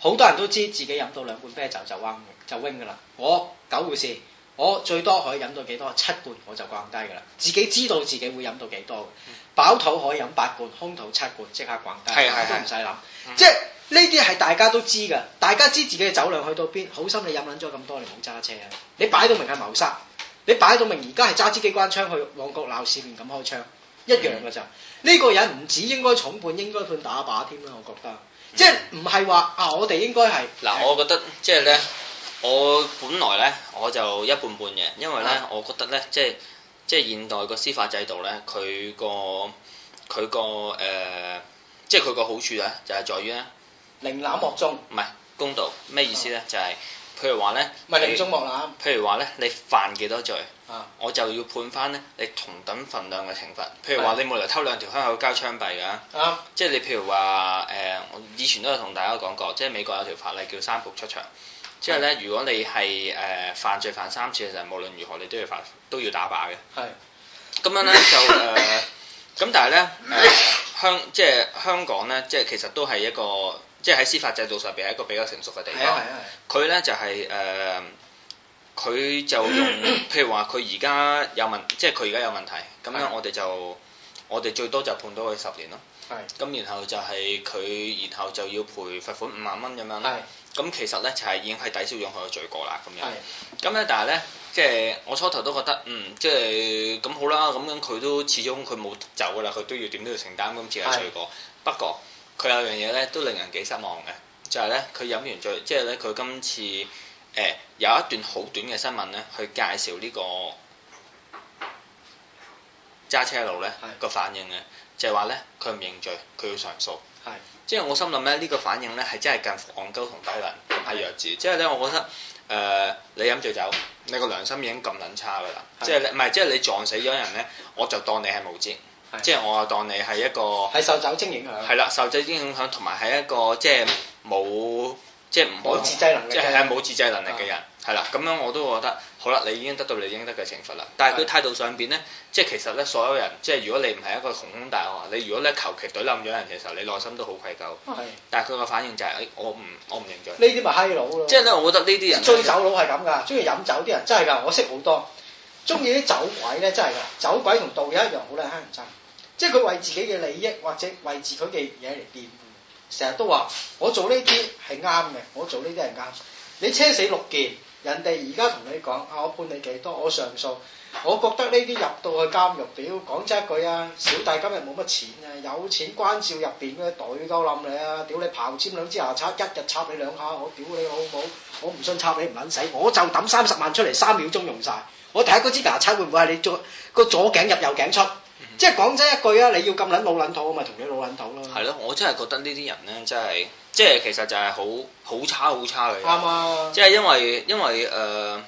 Speaker 1: 好多人都知自己飲到兩罐啤酒就彎就 wing 噶啦。我九護士，我最多可以飲到幾多？七罐我就掛低噶啦。自己知道自己會飲到幾多嘅，飽肚可以飲八罐，空肚七罐，即刻掛低，
Speaker 2: 嗯係係係
Speaker 1: 都唔使諗。
Speaker 2: 嗯
Speaker 1: 即係呢啲係大家都知㗎，大家知自己嘅酒量去到邊。好心你飲撚咗咁多，你唔好揸車啊！你擺到明係謀殺，你擺到明而家係揸支機關槍去旺角鬧市面咁開槍，一樣㗎咋？呢個人唔止應該重判，應該判打靶添啦，我覺得。即係唔係話啊？嗯我哋應該係
Speaker 2: 嗱，我覺得即係咧，我本來咧我就一半半嘅，因為咧
Speaker 1: 啊
Speaker 2: 我覺得咧即係即係現代個司法制度咧，佢個佢個誒，即係佢個好處咧，就係在於咧
Speaker 1: 寧濫莫縱，
Speaker 2: 唔係公道咩意思
Speaker 1: 啊
Speaker 2: 咧？就係譬如話咧，
Speaker 1: 唔係寧
Speaker 2: 你
Speaker 1: 縱莫濫
Speaker 2: 譬如話咧，你犯幾多罪？
Speaker 1: 啊！
Speaker 2: 我就要判翻咧，你同等份量嘅懲罰。譬如話你冇理由偷兩條香口膠槍斃㗎，
Speaker 1: 啱
Speaker 2: 即係你譬如話誒、我以前都有同大家講過，即係美國有條法例叫三步出場，即係咧，如果你係誒、犯罪犯三次嘅時候，無論如何你都要犯都要打靶嘅。
Speaker 1: 係
Speaker 2: 咁樣咧就誒，呃咁、但係咧誒香即係香港咧，即係其實都係一個即係喺司法制度上邊係一個比較成熟嘅地
Speaker 1: 係
Speaker 2: 方
Speaker 1: 啊。係啊
Speaker 2: 佢咧就係、誒，呃佢、就 用譬如話佢而家有問，即係佢而家有問題，咁
Speaker 1: 係
Speaker 2: 樣我哋就我哋最多就判到佢十年咯。
Speaker 1: 係
Speaker 2: 咁然後就係佢，然後就要賠罰款五萬蚊咁樣啦。
Speaker 1: 係啊
Speaker 2: 咁其實咧就係、已經係抵消咗佢嘅罪過啦，咁樣
Speaker 1: 係。
Speaker 2: 咁咧，但係咧，即係我初頭都覺得，嗯，即係咁好啦，咁樣佢都始終佢冇走噶啦，佢都要點都要承擔今次嘅罪過。不過佢有樣嘢咧都令人幾失望嘅，就係咧佢飲完醉，即係咧佢今次誒、呃有一段好短嘅新聞咧，去介紹呢個揸車佬咧
Speaker 1: 係
Speaker 2: 個反應咧，就係話咧佢唔認罪，佢要上訴。
Speaker 1: 係
Speaker 2: 即係我心諗咧，呢個反應咧係真係近乎戇鳩同低能，係弱智。即係咧，我覺得誒、呃你飲醉酒，你個良心已經咁撚差㗎啦。
Speaker 1: 係
Speaker 2: 即係你唔係，即係你撞死咗人咧，我就當你係無知
Speaker 1: 係，
Speaker 2: 即係我就當你係一個
Speaker 1: 係受酒精影響，
Speaker 2: 係啦，受酒精影響，同埋係一個即係冇即係唔可
Speaker 1: 冇
Speaker 2: 以
Speaker 1: 自制能力
Speaker 2: 即係
Speaker 1: 嘅
Speaker 2: 係冇自制能力嘅人，係啦，咁樣我都覺得好啦，你已經得到你應得嘅懲罰啦。但係佢態度上邊咧，即係其實咧，所有人即係如果你唔係一個雄風大學，你如果咧求其懟冧咗人嘅時候，你內心都好愧疚。
Speaker 1: 係
Speaker 2: 但係佢個反應就係、誒哎我唔我唔認罪。
Speaker 1: 呢啲咪閪佬咯。
Speaker 2: 即係咧，我覺得呢啲人啊
Speaker 1: 醉酒佬係咁噶，中意飲酒啲人真係㗎，我識好多。中意啲酒鬼咧，真係㗎，酒鬼同道友一樣好撚乞人憎，即係佢為自己嘅利益或者為自佢嘅嘢嚟辯護，成日都話我做呢啲係啱嘅，我做呢啲係啱。你車死六件，人哋而家同你講啊，我判你幾多，我上訴。我覺得呢啲入到去監獄，屌講真一句啊，小弟今日冇乜錢啊，有錢關照入邊嗰啲隊鳩冧你啊，屌你刨尖兩支牙刷，一日插你兩下，我屌你老母，我唔信插你唔撚死，我就抌三十萬出嚟，三秒鐘用晒。我睇下嗰支牙刷會唔會係你左個左頸入右頸出？即係講真一句啊，你要咁撚老撚肚，我咪同你老撚肚咯。
Speaker 2: 係咯，我真係覺得呢啲人咧，真係即係其實就係好好差好差嘅人。
Speaker 1: 啱啊！
Speaker 2: 即係因為因為誒、呃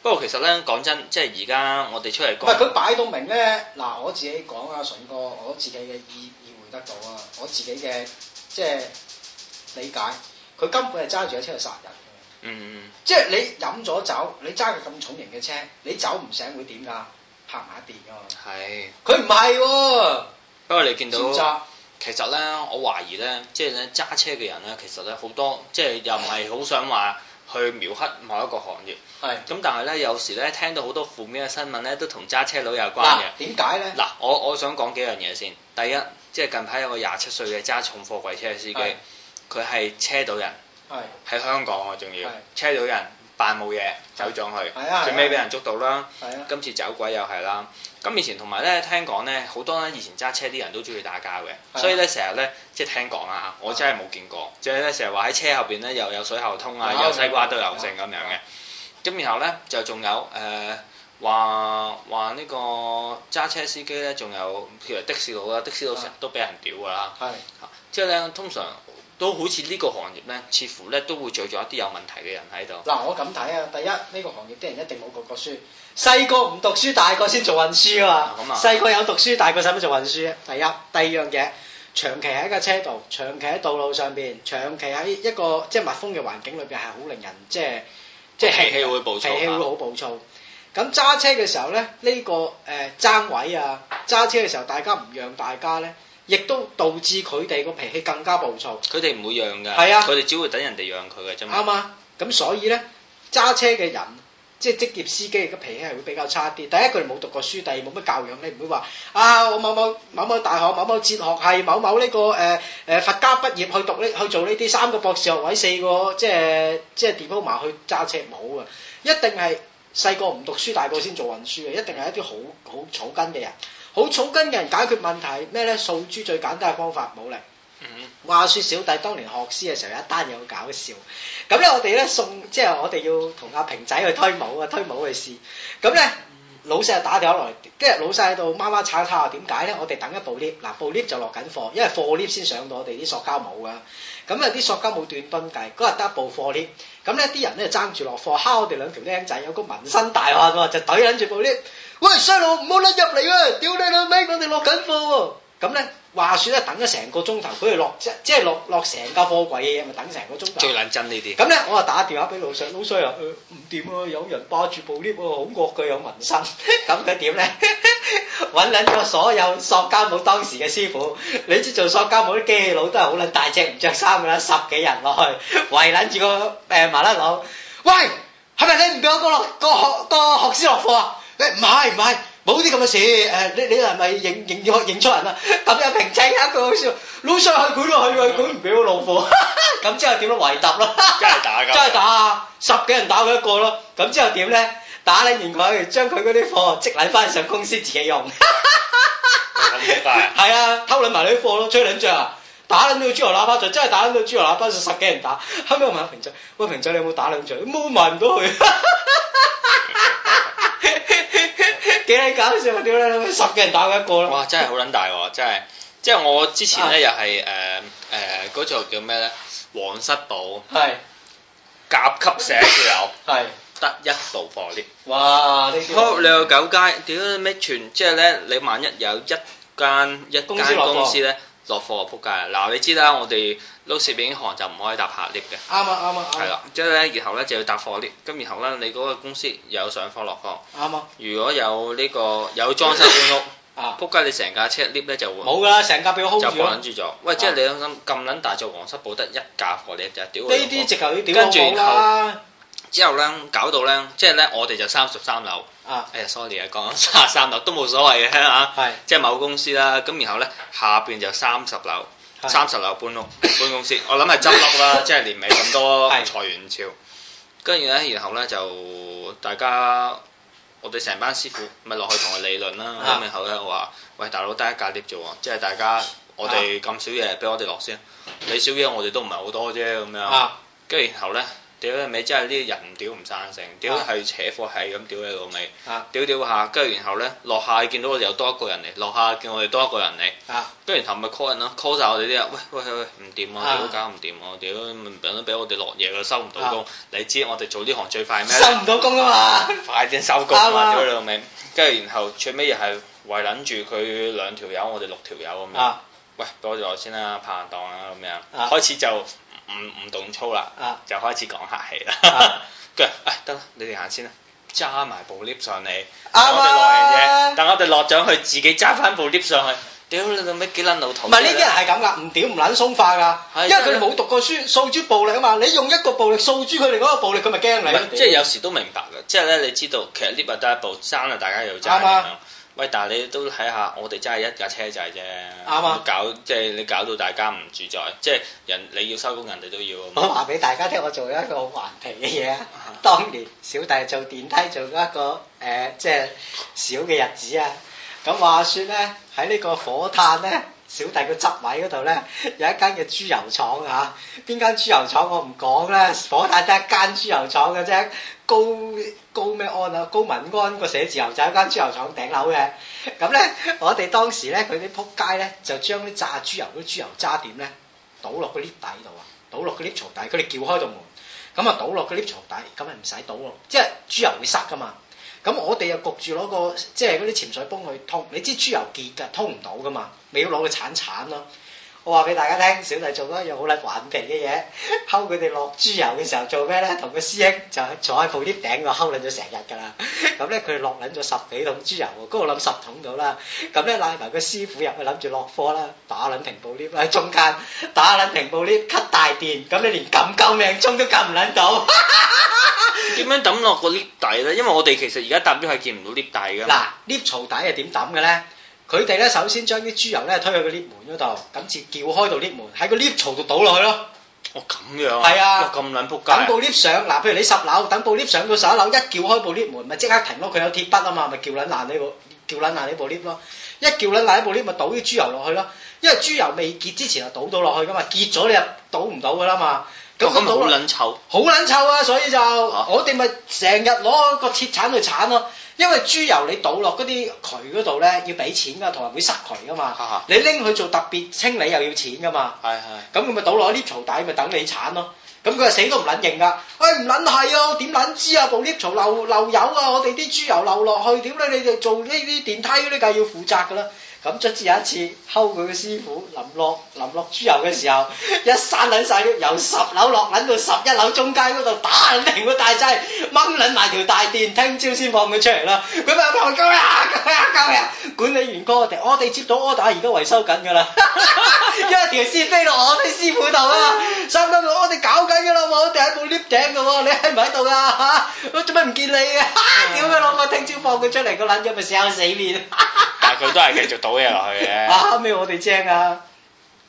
Speaker 2: 不過其實咧講真，即係而家我哋出嚟
Speaker 1: 唔係佢
Speaker 2: 講，嗯
Speaker 1: 擺到明咧，嗱我自己講啊，順哥，我自己嘅意意會得到啊！我自己嘅即係理解，佢根本係揸住架車去殺人嘅。
Speaker 2: 嗯，
Speaker 1: 即係你飲咗酒，你揸架咁重型嘅車，你酒唔醒會點㗎？行埋一邊㗎嘛。
Speaker 2: 嗯係。
Speaker 1: 佢唔係喎，
Speaker 2: 不過你見
Speaker 1: 自
Speaker 2: 到
Speaker 1: 責
Speaker 2: 其實咧，我懷疑咧，即係咧揸車嘅人咧，其實咧好多即係又唔係好想話去描黑某一個行業。
Speaker 1: 係
Speaker 2: 咁但係咧，有時咧聽到好多負面嘅新聞咧，都同揸車佬有關
Speaker 1: 嗱。
Speaker 2: 嘅
Speaker 1: 點解咧？
Speaker 2: 嗱，我我想講幾樣嘢先。第一，即係近排有個廿七歲嘅揸重貨櫃車嘅司機，
Speaker 1: 係
Speaker 2: 佢係車到人
Speaker 1: 係
Speaker 2: 喺香港啊，仲要
Speaker 1: 係
Speaker 2: 車到人扮冇嘢走上去
Speaker 1: 係啊，
Speaker 2: 最尾俾人捉到啦。
Speaker 1: 係啊，
Speaker 2: 今次走鬼又係啦。咁以前同埋咧，聽講咧，好多咧以前揸車啲人都中意打交
Speaker 1: 係
Speaker 2: 嘅，
Speaker 1: 啊
Speaker 2: 所以咧成日咧即係聽講啊，我真係冇見過，即係咧成日話喺車後邊咧又有水喉通啊，
Speaker 1: 有
Speaker 2: 有西瓜都有剩
Speaker 1: 啊
Speaker 2: 咁樣嘅。咁然後咧就仲有誒話話呢個揸車司機咧，仲有譬如的士佬啦，
Speaker 1: 啊
Speaker 2: 的士佬成日都俾人屌㗎啦。
Speaker 1: 係
Speaker 2: 即係咧通常都好似呢個行業咧，似乎咧都會聚咗一啲有問題嘅人喺度。
Speaker 1: 嗱，我咁睇啊，第一呢個行業啲人一定冇讀過書，細個唔讀書，大個先做運輸啊
Speaker 2: 咁
Speaker 1: 嘛
Speaker 2: 啊。
Speaker 1: 細個有讀書，大個使乜做運輸啊？第一，第二樣嘢，長期喺架車度，長期喺道路上邊，長期喺一個即係密封嘅環境裏邊，係好令人即係即係
Speaker 2: 脾氣會暴躁
Speaker 1: 哦脾氣會
Speaker 2: 啊
Speaker 1: 好暴躁。咁揸車嘅時候咧，呢、個誒爭、位啊，揸車嘅時候大家唔讓大家咧，亦都導致佢哋個脾氣更加暴躁。
Speaker 2: 佢哋唔會讓㗎，
Speaker 1: 係啊
Speaker 2: 佢哋只會等人哋讓佢嘅啫嘛。
Speaker 1: 啱啊！咁所以咧，揸車嘅人即係職業司機嘅脾氣係會比較差啲。第一，佢哋冇讀過書；第二，冇乜教養。你唔會話啊，我某某某某大學某某哲學系某某呢、個誒誒、呃佛家畢業去讀呢去做呢啲三個博士學位，四個即係即係 diploma 去揸車冇啊！一定係細個唔讀書，大個先做運輸嘅，一定係一啲好好草根嘅人。好草根嘅人解決問題係咩咧？訴諸最簡單嘅方法，武力。
Speaker 2: 嗯
Speaker 1: 話説小弟當年學師嘅時候有一單嘢好搞笑，咁咧我哋咧送即係我哋要同阿平仔去推舞啊，推舞去試，咁咧老細就打電話落嚟，跟住老細喺度媽媽炒炒啊，點解咧？我哋等一部 lift，嗱部 lift 就落緊貨，因為貨 lift 先上到我哋啲塑膠帽噶，咁啊啲塑膠帽斷噸計，嗰日得一部貨 lift，咁咧啲人咧爭住落貨，蝦我哋兩條僆仔，有個紋身大漢喎就懟撚住部 lift。喂，細路唔好甩入嚟啊！屌你老味，我哋落緊貨喎。咁咧，話説咧，等咗成個鐘頭，佢哋落即即係落落成架貨櫃嘅嘢，咪等成個鐘頭
Speaker 2: 最。撚憎呢 啲。
Speaker 1: 咁咧，我就打電話俾老細，老細啊，誒唔掂啊，有人霸住部 lift 喎，好惡嘅，有紋身。 咁佢 點咧？揾撚咗所有塑膠帽當時嘅師傅，你知做塑膠帽啲機器佬都係好撚大隻，唔着衫噶啦，十幾人落去圍撚住個誒麻甩佬。喂，係咪你唔俾我個落個學個學師落課啊？喂，唔係唔係，冇啲咁嘅事。誒、你你係咪認認認認錯人啊？ 咁有平仔啊，佢好笑，老細去管咯，去去管唔俾我老貨。 咁之後點樣圍揼咯？
Speaker 2: 真係打 㗎
Speaker 1: 真係打啊！十幾人打佢一個咯。咁之後點咧？打撚完佢，將佢嗰啲貨積撚翻上公司自己用。
Speaker 2: 咁仆街啊
Speaker 1: 係啊，偷撚埋你啲貨咯，吹撚著啊！打撚到豬油喇叭嘴，真係打撚到豬油喇叭嘴，十幾人打。後尾我問阿平仔，喂平仔你有冇打兩仗？冇埋唔到佢，幾撚搞笑啊！屌你老味，十幾人打佢一個咯。
Speaker 2: 哇！真係好撚大喎，真係。即係我之前咧又係誒誒嗰座叫咩咧？皇室堡
Speaker 1: 係
Speaker 2: 甲級寫字樓，
Speaker 1: 係，
Speaker 2: 得一部貨 lift。
Speaker 1: 哇！呢啲
Speaker 2: 撲你個九街！屌你咩全！即係咧，你萬一有一間一
Speaker 1: 公司
Speaker 2: 間
Speaker 1: 落貨
Speaker 2: 公司咧落貨就撲街啦！嗱，你知啦，我哋撈攝影行就唔可以搭客 lift 嘅。
Speaker 1: 啱啊啱啊
Speaker 2: 係啦，即係咧，然後咧就要搭貨 lift，咁然後咧你嗰個公司有上貨落貨，
Speaker 1: 啱啊
Speaker 2: 如果有呢、個有裝修搬屋，
Speaker 1: 啊！
Speaker 2: 仆街你成架車 lift 咧就會
Speaker 1: 冇㗎啦，成架俾我 hold
Speaker 2: 就
Speaker 1: 住啊咯
Speaker 2: 放。撚住咗。喂，即係你諗咁撚大座皇室堡得一架貨 lift 就屌
Speaker 1: 呢
Speaker 2: 你老母
Speaker 1: 啲直頭要屌
Speaker 2: 跟住
Speaker 1: 老母啦！
Speaker 2: 之後咧搞到咧，即係咧我哋就三十三樓，
Speaker 1: 啊，
Speaker 2: 哎呀 sorry 啊，講三十三樓都冇所謂嘅啊嚇，
Speaker 1: 係
Speaker 2: 即係某公司啦。咁然後咧下邊就三十樓。
Speaker 1: 係
Speaker 2: 三十樓搬屋搬公司，我諗係執笠 啦，即係年尾咁多
Speaker 1: 係
Speaker 2: 裁員潮。跟住咧，然後咧就大家我哋成班師傅咪落去同佢理論啦。
Speaker 1: 啊
Speaker 2: 咁然後咧我話：喂，大佬得一架 lift 啫喎，即係大家我哋咁少嘢，俾我哋落先。你少嘢，我哋都唔係好多啫咁樣。
Speaker 1: 啊
Speaker 2: 跟住然後咧，屌你尾，真係呢啲人唔屌唔散成，屌
Speaker 1: 啊
Speaker 2: 係扯火係咁屌你老味
Speaker 1: 啊，
Speaker 2: 屌屌下，跟住然後咧落下見到我哋又多一個人嚟，落下見我哋多一個人嚟。
Speaker 1: 啊！
Speaker 2: 跟住然後咪 call 人咯，call 晒我哋啲人，喂喂喂，唔掂
Speaker 1: 啊
Speaker 2: 啊，屌搞唔掂啊，屌咪唔等俾我哋落嘢啦，收唔
Speaker 1: 啊
Speaker 2: 到工。你知我哋做呢行最快咩？
Speaker 1: 收唔到工啊嘛！
Speaker 2: 快啲收工
Speaker 1: 啱啊
Speaker 2: 啊！屌你老味。跟住然後最尾又係圍撚住佢兩條友，我哋六條友咁樣。
Speaker 1: 啊，
Speaker 2: 喂，喂多咗先啦，拍下檔啦咁樣，
Speaker 1: 啊
Speaker 2: 開始就唔唔動粗啦，
Speaker 1: 啊
Speaker 2: 就開始講客氣啦
Speaker 1: 啊。
Speaker 2: 跟住誒得啦，你哋行先啦。揸埋部 lift 上嚟，
Speaker 1: 啱啊
Speaker 2: 等我哋落嚟啫。等我哋落咗去，自己揸翻部 lift 上去。屌你老味幾撚老土！哎
Speaker 1: 唔係呢啲人係咁噶，唔屌唔撚鬆化噶，
Speaker 2: 係
Speaker 1: 因為佢哋冇讀過書，訴諸暴力啊嘛，你用一個暴力訴諸佢另外一個暴力，佢咪驚
Speaker 2: 唔
Speaker 1: 你咯
Speaker 2: 係，。即係有時都明白嘅，即係咧，你知道其實 lift 啊得一步，爭啊大家又爭
Speaker 1: 啱
Speaker 2: 咁樣
Speaker 1: 啊。
Speaker 2: 喂，但係你都睇下，我哋真係一架車仔啫，
Speaker 1: 啱啊
Speaker 2: 搞即係你搞到大家唔自在，即係人你要收工，人哋都要
Speaker 1: 我
Speaker 2: 咁。
Speaker 1: 話俾大家聽，我做咗一個好頑皮嘅嘢啊！ 當年小弟做電梯做咗一個誒、呃即係小嘅日子啊！咁話說咧，喺呢個火炭咧，小弟個執位嗰度咧，有一間嘅豬油廠啊！邊間豬油廠我唔講啦，火炭得一間豬油廠嘅啫。高高咩安啊？高民安個寫字樓就有間豬油廠頂樓嘅。咁咧，我哋當時咧，佢啲撲街咧，就將啲炸豬油嗰啲豬油渣點咧。倒落個 lift 底度啊，倒落個 lift 槽底，佢哋撬開道門，咁啊倒落個 lift 槽底，咁咪唔使倒咯，即係豬油會塞噶嘛。咁我哋又焗住攞個即係嗰啲潛水泵去通，你知豬油結㗎，通唔到噶嘛，咪要攞個鏟鏟咯。我話俾大家聽，小弟做咗一樣好撚頑皮嘅嘢，睺佢哋落豬油嘅時候做咩咧？同個師兄就坐喺部 lift 頂度睺撚咗成日㗎啦。咁咧佢哋落撚咗十幾桶豬油喎，嗰度諗十桶到啦。咁咧拉埋個師傅入去諗住落貨啦，打撚停部 lift 啦，喺中間打撚停部 lift 咳大電，咁你連撳救命鐘都撳唔撚到。
Speaker 2: 點樣抌落個 lift 底咧？因為我哋其實而家搭 lift 係見唔到 lift 底㗎嘛。
Speaker 1: 嗱，lift 槽底係點抌嘅咧？佢哋咧首先將啲豬油咧推去個 lift 門嗰度，咁至撬開到 lift 門，喺個 lift 槽度倒落去咯。
Speaker 2: 哦咁樣
Speaker 1: 係啊
Speaker 2: 哇咁撚仆
Speaker 1: 等
Speaker 2: 街。哦
Speaker 1: 部 lift 上，嗱，譬如你十樓，等部 lift 上到十一樓，一撬開部 lift 門，咪即刻停咯。佢有鐵筆啊嘛，咪撬撚爛呢部，撬撚爛呢部 lift 咯。一撬撚爛呢部 lift，咪倒啲豬油落去咯。因為豬油未結之前就倒到落去噶嘛，結咗你就倒唔到噶啦嘛。
Speaker 2: 咁咁咪
Speaker 1: 倒
Speaker 2: 好
Speaker 1: 落
Speaker 2: 撚臭。
Speaker 1: 好撚臭啊！所以就、
Speaker 2: 啊
Speaker 1: 我哋咪成日攞個鐵鏟去鏟咯，因為豬油你倒落嗰啲渠嗰度咧要俾錢噶，同埋會塞渠噶嘛。
Speaker 2: 啊
Speaker 1: 你拎去做特別清理又要錢噶嘛。
Speaker 2: 係係。
Speaker 1: 咁佢咪倒落 lift 槽底，咪等你鏟咯。咁佢就死都唔撚認㗎，喂唔撚係啊，我點撚知啊？部 lift 槽漏漏油啊，我哋啲豬油漏落去，點解你哋做呢啲電梯嗰啲梗係要負責㗎啦？咁卒之有一次，睺佢嘅師傅臨落臨落豬油嘅時候，一散撚晒 lift，由十樓落撚到十一樓中間嗰度打撚 停個大掣，掹撚埋條大電，聽朝先放佢出嚟啦。佢咪放鳩啦，鳩啦，鳩啦！管理員 call 我哋，我哋接到 order 而家維修緊㗎啦。因為條線飛落我哋師傅度啊！三金我哋搞緊㗎啦，我哋喺部 lift 頂度喎，你喺唔喺度啊？嚇我做咩唔見你嘅？屌佢老母！聽朝放佢出嚟，個撚咗咪死口死面。
Speaker 2: 但係佢都係繼續倒嘢落去嘅。
Speaker 1: 啊！咩我哋精啊！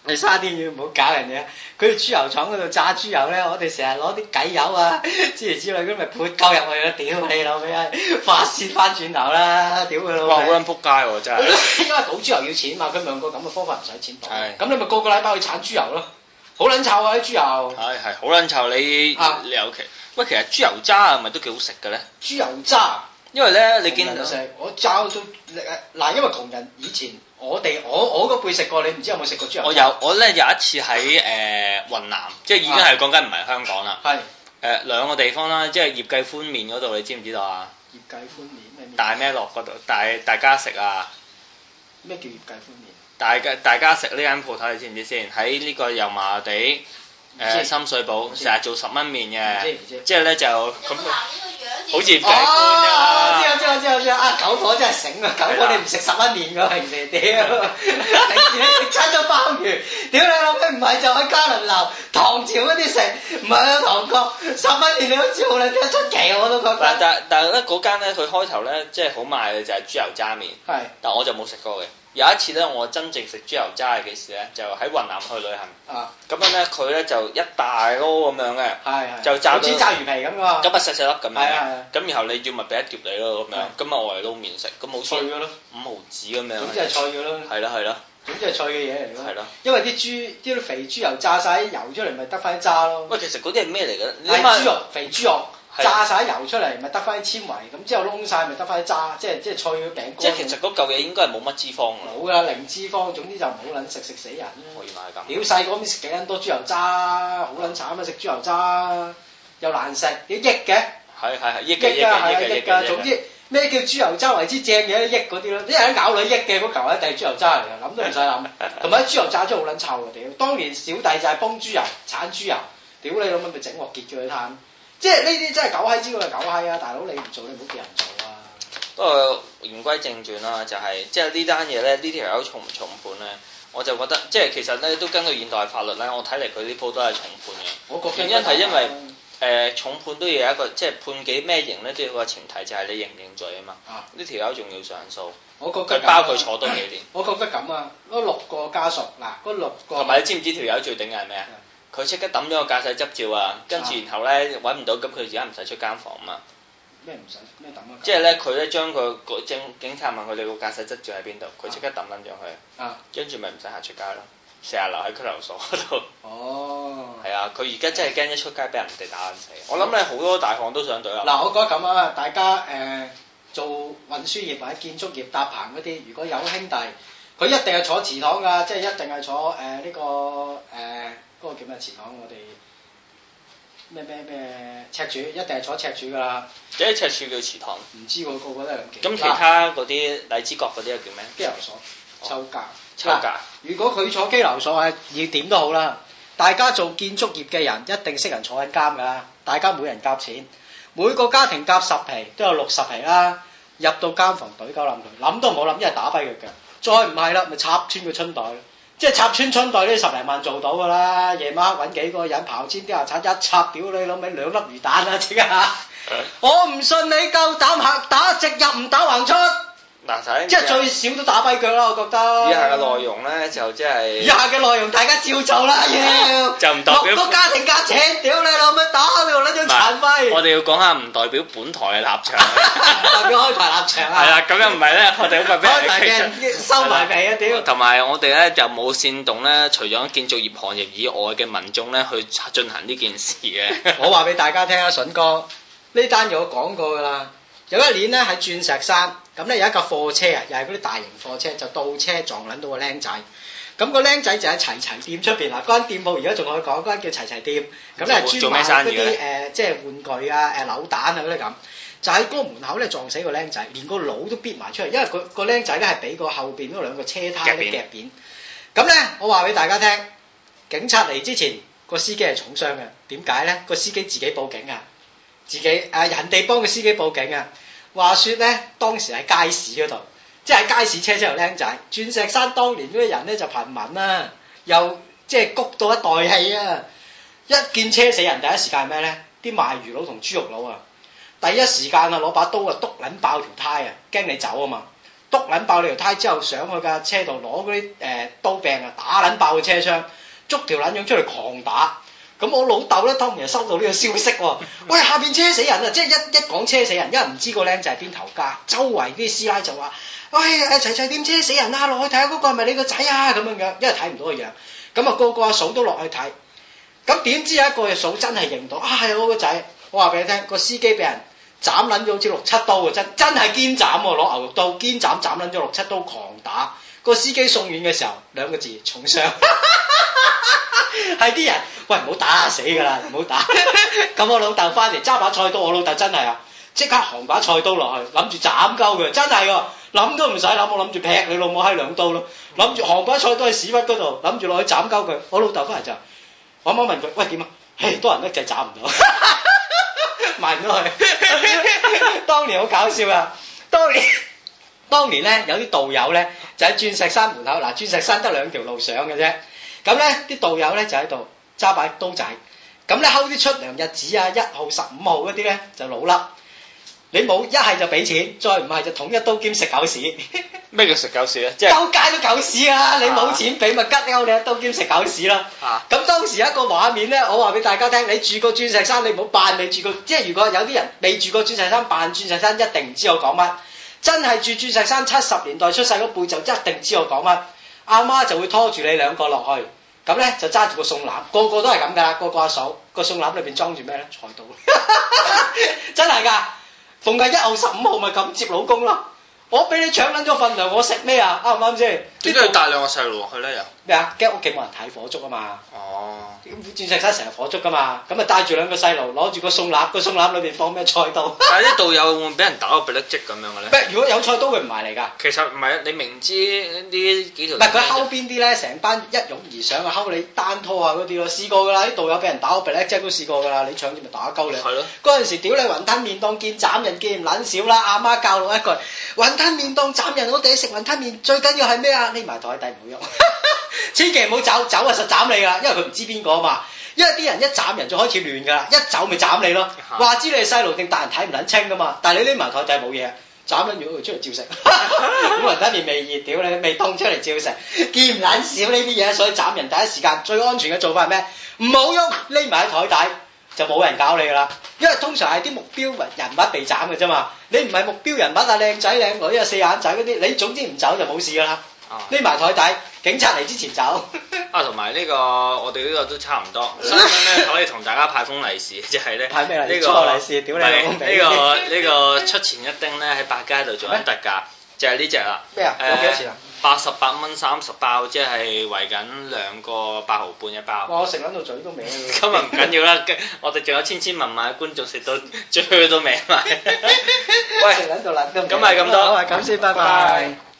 Speaker 1: 你沙甸魚唔好搞人哋啊！佢哋豬油廠嗰度炸豬油咧，我哋成日攞啲雞油啊，之類之類，咁咪潑鳩入去咯！屌你老味啊！發泄翻轉頭啦！屌佢老
Speaker 2: 哇！好
Speaker 1: 味！
Speaker 2: 撚仆街喎，真係。
Speaker 1: 因為倒豬油要錢嘛，佢咪用個咁嘅方法唔使錢倒，
Speaker 2: 係
Speaker 1: 咁你咪個個禮拜去鏟豬油咯，好撚臭啊啲豬油！
Speaker 2: 係係好撚臭，你
Speaker 1: 啊
Speaker 2: 你尤其喂，其實豬油渣係咪都幾好食嘅咧？
Speaker 1: 豬油渣，
Speaker 2: 因為咧，你
Speaker 1: 窮
Speaker 2: 見
Speaker 1: 人
Speaker 2: 到
Speaker 1: 食，我罩到嗱，因為窮人以前我哋我我嗰輩食過，你唔知有冇食過豬油？
Speaker 2: 我有我咧有一次喺誒雲南，即係已經
Speaker 1: 啊
Speaker 2: 係講緊唔係香港啦。
Speaker 1: 係
Speaker 2: 誒兩個地方啦，即係葉繼寬面嗰度，你知唔知道啊？
Speaker 1: 葉繼歡面咩面？
Speaker 2: 大咩落嗰度，大大家食啊！
Speaker 1: 咩叫葉繼歡面？
Speaker 2: 大家大家食呢間鋪頭，你知唔知先？喺呢個油麻地
Speaker 1: 唔
Speaker 2: 誒、
Speaker 1: 知
Speaker 2: 深水埗，
Speaker 1: 唔知
Speaker 2: 成日做十蚊面嘅
Speaker 1: 唔知唔知，
Speaker 2: 即係咧就
Speaker 3: 咁啊
Speaker 2: 咁 好
Speaker 3: 好
Speaker 2: 似
Speaker 3: 似
Speaker 2: 唔計官
Speaker 1: 哦，知
Speaker 2: 啊！
Speaker 1: 啊知啊知啊知啊！啊九婆真係醒啊！九婆你唔食十蚊麵㗎平時，屌，平時你食親咗鮑魚，屌你老味唔係就喺嘉麟樓、唐朝嗰啲食，唔係去韓國十蚊麵你都照你聽出奇我都覺得。
Speaker 2: 但但但係咧嗰間咧，佢開頭咧即係好賣嘅就係豬油渣面，
Speaker 1: 係
Speaker 2: 但我就冇食過嘅。有一次咧，我真正食豬油渣係幾時咧？就喺雲南去旅行，
Speaker 1: 啊，
Speaker 2: 咁樣咧佢咧就一大撈咁樣嘅。
Speaker 1: 係係。
Speaker 2: 就炸到
Speaker 1: 好似炸魚皮咁㗎
Speaker 2: 咁啊細細粒咁
Speaker 1: 係啊係
Speaker 2: 樣
Speaker 1: 啊，
Speaker 2: 咁然後你要咪俾一碟你咯咁樣，咁啊我嚟撈面食，咁好
Speaker 1: 脆
Speaker 2: 似
Speaker 1: 㗎咯，
Speaker 2: 五毫子咁樣，
Speaker 1: 總之係脆㗎咯，
Speaker 2: 係啦係啦
Speaker 1: 總之係脆嘅嘢嚟咯。
Speaker 2: 係啦。
Speaker 1: 因為啲豬啲肥豬油炸晒啲油出嚟，咪得翻啲渣咯。
Speaker 2: 喂，其實嗰啲係咩嚟嘅咧？你
Speaker 1: 係
Speaker 2: 諗
Speaker 1: 豬
Speaker 2: 下
Speaker 1: 肉，肥豬肉
Speaker 2: 係啊
Speaker 1: 炸晒油出嚟，咪得翻啲纖維，咁之後燶晒咪得翻啲渣，即係即係脆嘅餅乾。
Speaker 2: 即係其實嗰嚿嘢應該係冇乜脂肪㗎，
Speaker 1: 冇噶啦，零脂肪，總之就唔好撚食，食死人啦！
Speaker 2: 可以買咁。
Speaker 1: 屌細個咁食幾撚多豬油渣啦，好撚慘啊！食豬油渣又難食，屌益嘅，
Speaker 2: 係係係，益
Speaker 1: 益
Speaker 2: 嘅益
Speaker 1: 㗎係啊
Speaker 2: 嘅益嘅
Speaker 1: 益
Speaker 2: 益嘅。
Speaker 1: 㗎，總之咩叫豬油渣為之正嘅益嗰啲咯，啲人咬女益嘅嗰嚿一定係豬油渣嚟嘅，諗都唔使 諗。同埋啲豬油渣真係好撚臭嘅，屌！當年小弟就係幫豬油鏟豬油，屌你老母咪整鑊結咗佢攤，即係呢啲真係狗閪之嘅狗閪啊！大佬你唔做你唔好叫人做啊！
Speaker 2: 不過言歸正傳啦，就係、即係呢單嘢咧，呢條友重唔重判咧？我就覺得即係其實咧都根據現代法律咧，我睇嚟佢呢鋪都係重判嘅。
Speaker 1: 我覺得啊
Speaker 2: 原因係因為誒、重判都要有一個即係判幾咩刑咧，都有個前提就係你認唔認罪啊嘛
Speaker 1: 啊。
Speaker 2: 呢條友仲要上訴，
Speaker 1: 我覺得啊
Speaker 2: 佢包佢坐多幾年。
Speaker 1: 我覺得咁啊，嗰六個家屬嗱，嗰六個
Speaker 2: 同埋你知唔知條友最頂係咩啊
Speaker 1: 哦嗯？
Speaker 2: 佢即刻抌咗個駕駛執照啊，跟住
Speaker 1: 啊
Speaker 2: 然後咧揾唔到，咁佢而家唔使出監房啊嘛。
Speaker 1: 咩唔使咩抌啊？
Speaker 2: 即係咧，佢咧將個個警警察問佢哋個駕駛執照喺邊度，佢即刻抌撚咗佢
Speaker 1: 啊，
Speaker 2: 跟住咪唔使行出街咯，成日留喺拘留所嗰度。
Speaker 1: 嗯哦。
Speaker 2: 係啊，佢而家真係驚一出街俾人哋打撚死。我諗咧好多大漢都想對啊。
Speaker 1: 嗯嗱，我覺得咁啊，大家誒、呃做運輸業或者建築業搭棚嗰啲，如果有兄弟，佢一定係坐祠堂㗎，即係一定係坐誒呢、個誒嗰、個叫咩祠堂？我哋咩咩咩赤柱，一定係坐赤柱㗎啦。
Speaker 2: 即係赤柱叫祠堂，
Speaker 1: 唔知喎，個個都係咁記。
Speaker 2: 咁其
Speaker 1: 嗯嗱
Speaker 2: 他嗰啲荔枝角嗰啲又叫咩？
Speaker 1: 拘留所抽格。
Speaker 2: 抽架。
Speaker 1: 如果佢坐拘留所啊，要點都好啦。大家做建築業嘅人一定識人坐緊監㗎啦，大家每人夾錢，每個家庭夾十皮都有六十皮啦。入到監房隊鳩冧佢，諗都唔好諗，一係打跛佢腳，再唔係啦，咪插穿佢春袋咯。即係插穿春袋呢十零萬做到㗎啦，夜晚黑揾幾個人刨尖啲牙刷一插，屌你老味兩粒魚蛋啊！即刻，我唔信你夠膽嚇打直入唔打橫出，
Speaker 2: 嗱，睇
Speaker 1: 即係最少都打跛腳啦，我覺得。
Speaker 2: 以下嘅內容咧就即係
Speaker 1: 以下嘅內容大家照做啦，要
Speaker 2: 就唔代表
Speaker 1: 落多家庭價錢，屌你老味，打到撚咗
Speaker 2: 唔
Speaker 1: 殘
Speaker 2: 係
Speaker 1: 廢，
Speaker 2: 我哋要講下唔代表本台嘅 立場。
Speaker 1: 代表開排立場
Speaker 2: 係
Speaker 1: 啊，
Speaker 2: 啦，咁又唔係啊咧，我哋好
Speaker 1: 開排
Speaker 2: 快俾
Speaker 1: 嘅
Speaker 2: 人
Speaker 1: 人收埋皮啊，屌！
Speaker 2: 同埋我哋咧就冇煽動咧，除咗建造業行業以外嘅民眾咧去進行呢件事 嘅。
Speaker 1: 我話俾大家聽啊，筍哥呢單嘢我講過㗎啦。有一年咧喺鑽石山，咁咧有一架貨車啊，又係嗰啲大型貨車，就倒車撞撚到個僆仔。咁個僆仔就喺齊齊店出邊嗱，嗰間店鋪而家仲可以講，嗰間叫齊齊店。咁咧
Speaker 2: 做
Speaker 1: 專
Speaker 2: 咩
Speaker 1: 賣
Speaker 2: 生
Speaker 1: 嗰
Speaker 2: 意嘅呢
Speaker 1: 啲誒，即係玩具啊、誒扭蛋啊嗰啲咁。就喺嗰個門口咧撞死個僆仔，連個腦都逼埋出嚟，因為佢個僆仔咧係俾個後邊嗰兩個車胎咧夾扁。咁咧，我話俾大家聽，警察嚟之前個司機係重傷嘅，啊點解咧？個司機自己報警啊，自己啊人哋幫個司機報警啊。話說咧，當時喺街市嗰度，即係喺街市車車條僆仔，鑽石山當年嗰啲人咧就貧民啦、又即係谷到一袋氣啊！一見車死人，第一時間係咩咧？啲賣魚佬同豬肉佬啊！第一時間啊，攞把刀啊，篤撚爆條胎啊，驚你走啊嘛，篤撚爆你條胎之後，上去架車度攞嗰啲誒刀柄啊，打撚爆個車窗，捉條撚樣出嚟狂打。咁我老豆咧，當然收到呢個消息喎、喂，下邊車死人啊！即係一一講車死人，因為唔知個僆仔係邊頭家，周圍啲師奶就話：，喂，誒齊齊點車死人啊！落去睇下嗰個係咪你個仔啊？咁樣樣，因為睇唔到個樣，咁啊個個阿嫂都落去睇。咁點知有一個嘅嫂真係認到，啊係我個仔，我話俾你聽，個司機俾人斬撚咗好似六七刀啊！真真係堅斬喎，攞牛肉刀堅斬斬撚咗六七刀，狂打。個司機送院嘅時候，兩個字重傷。 係啲人，喂唔好打死㗎啦，唔好打。 咁我老豆翻嚟揸把菜刀，我老豆真係啊，即刻行把菜刀落去，諗住斬鳩佢，真係喎，諗都唔使諗，我諗住劈你老母閪兩刀咯，諗住行把菜刀喺屎忽嗰度，諗住落去斬鳩佢。我老豆翻嚟就，我媽問佢，喂點啊？唉，多人得滯斬唔到。 埋咗 佢。當年好搞笑啊！當年。當年咧，有啲道友咧就喺鑽石山門口，嗱鑽石山得兩條路上嘅啫。咁咧啲道友咧就喺度揸把刀仔，咁咧睺啲出糧日子啊，一號十五號嗰啲咧就老笠。你冇一係就俾錢，再唔係就捅一刀兼食狗屎，
Speaker 2: 咩叫食狗屎咧？即係
Speaker 1: 周街都狗屎啊！你冇錢俾咪吉鳩你一刀兼食狗屎啦！
Speaker 2: 啊，
Speaker 1: 咁當時有一個畫面咧，我話俾大家聽，你住過鑽石山，你唔好扮你住過，即係如果有啲人未住過鑽石山，扮鑽石山一定唔知我講乜。真係住鑽石山七十年代出世嗰輩就一定知我講乜，阿媽就會拖住你兩個落去，咁咧就揸住個餸籃，個個都係咁噶啦，個個阿嫂個餸籃裏邊裝住咩咧？菜 刀，真係㗎，逢係一號十五號咪咁接老公咯。我俾你搶撚咗份糧，我食咩啊？啱唔啱先？
Speaker 2: 點解要帶兩個細路落去咧？又
Speaker 1: 咩啊？驚屋企冇人睇火燭啊嘛！
Speaker 2: 哦，
Speaker 1: 鑽石山成日火燭噶嘛，咁啊帶住兩個細路，攞住個餸籃，個餸籃裏邊放咩菜刀？
Speaker 2: 但係啲導遊會唔會俾人打個 black 咁樣嘅咧？
Speaker 1: 咩？如果有菜刀，佢唔埋嚟㗎。
Speaker 2: 其實唔係啊，你明知呢幾條
Speaker 1: 唔係佢後邊啲咧，成班一擁而上啊，睺你單拖啊嗰啲咯，試過㗎啦，啲導友俾人打個 black 都試過㗎啦，你搶咗咪打鳩你。
Speaker 2: 係咯。
Speaker 1: 嗰陣時屌你雲吞麵當見斬人見唔撚少啦，阿媽教落一句雲吞麵當斬人，我哋食雲吞麵最緊要係咩啊？匿埋台底唔好喐，千祈唔好走，走啊實斬你㗎啦，因為佢唔知邊個啊嘛。因為啲人一斬人就開始亂㗎啦，一走咪斬你咯。
Speaker 2: 嚇
Speaker 1: 話知你係細路定大人睇唔撚清㗎嘛，但係你匿埋台底冇嘢，斬撚咗佢出嚟照食。咁雲吞麵未熱，屌你未凍出嚟照食，見唔撚少呢啲嘢，所以斬人第一時間最安全嘅做法係咩？唔好喐，匿埋喺台底。就冇人搞你㗎啦，因為通常係啲目標人物被斬嘅啫嘛，你唔係目標人物啊，靚仔靚女啊，四眼仔嗰啲，你總之唔走就冇事㗎啦，
Speaker 2: 啊
Speaker 1: 匿埋台底，警察嚟之前 走。
Speaker 2: 啊，同埋呢個我哋呢個都差唔多。新聞咧可以同大家派封利是， 就係咧
Speaker 1: 派咩利是
Speaker 2: 呢
Speaker 1: 初
Speaker 2: 個
Speaker 1: 六利是屌你
Speaker 2: 唔係
Speaker 1: 老母
Speaker 2: 呢個呢個出前一丁咧喺百佳度做緊特價，就係呢只啦。
Speaker 1: 咩啊有幾多錢啊？
Speaker 2: 八十八蚊三十包，即係圍緊兩個八毫半一包。
Speaker 1: 哇！我食撚到嘴都歪。
Speaker 2: 今日唔緊要啦，跟我哋仲有千千萬萬嘅觀眾食到最去到名埋。
Speaker 1: 喂，食撚到撚都歪
Speaker 2: 咁咪咁多
Speaker 1: 好係咁先，拜
Speaker 2: 拜拜
Speaker 1: 拜。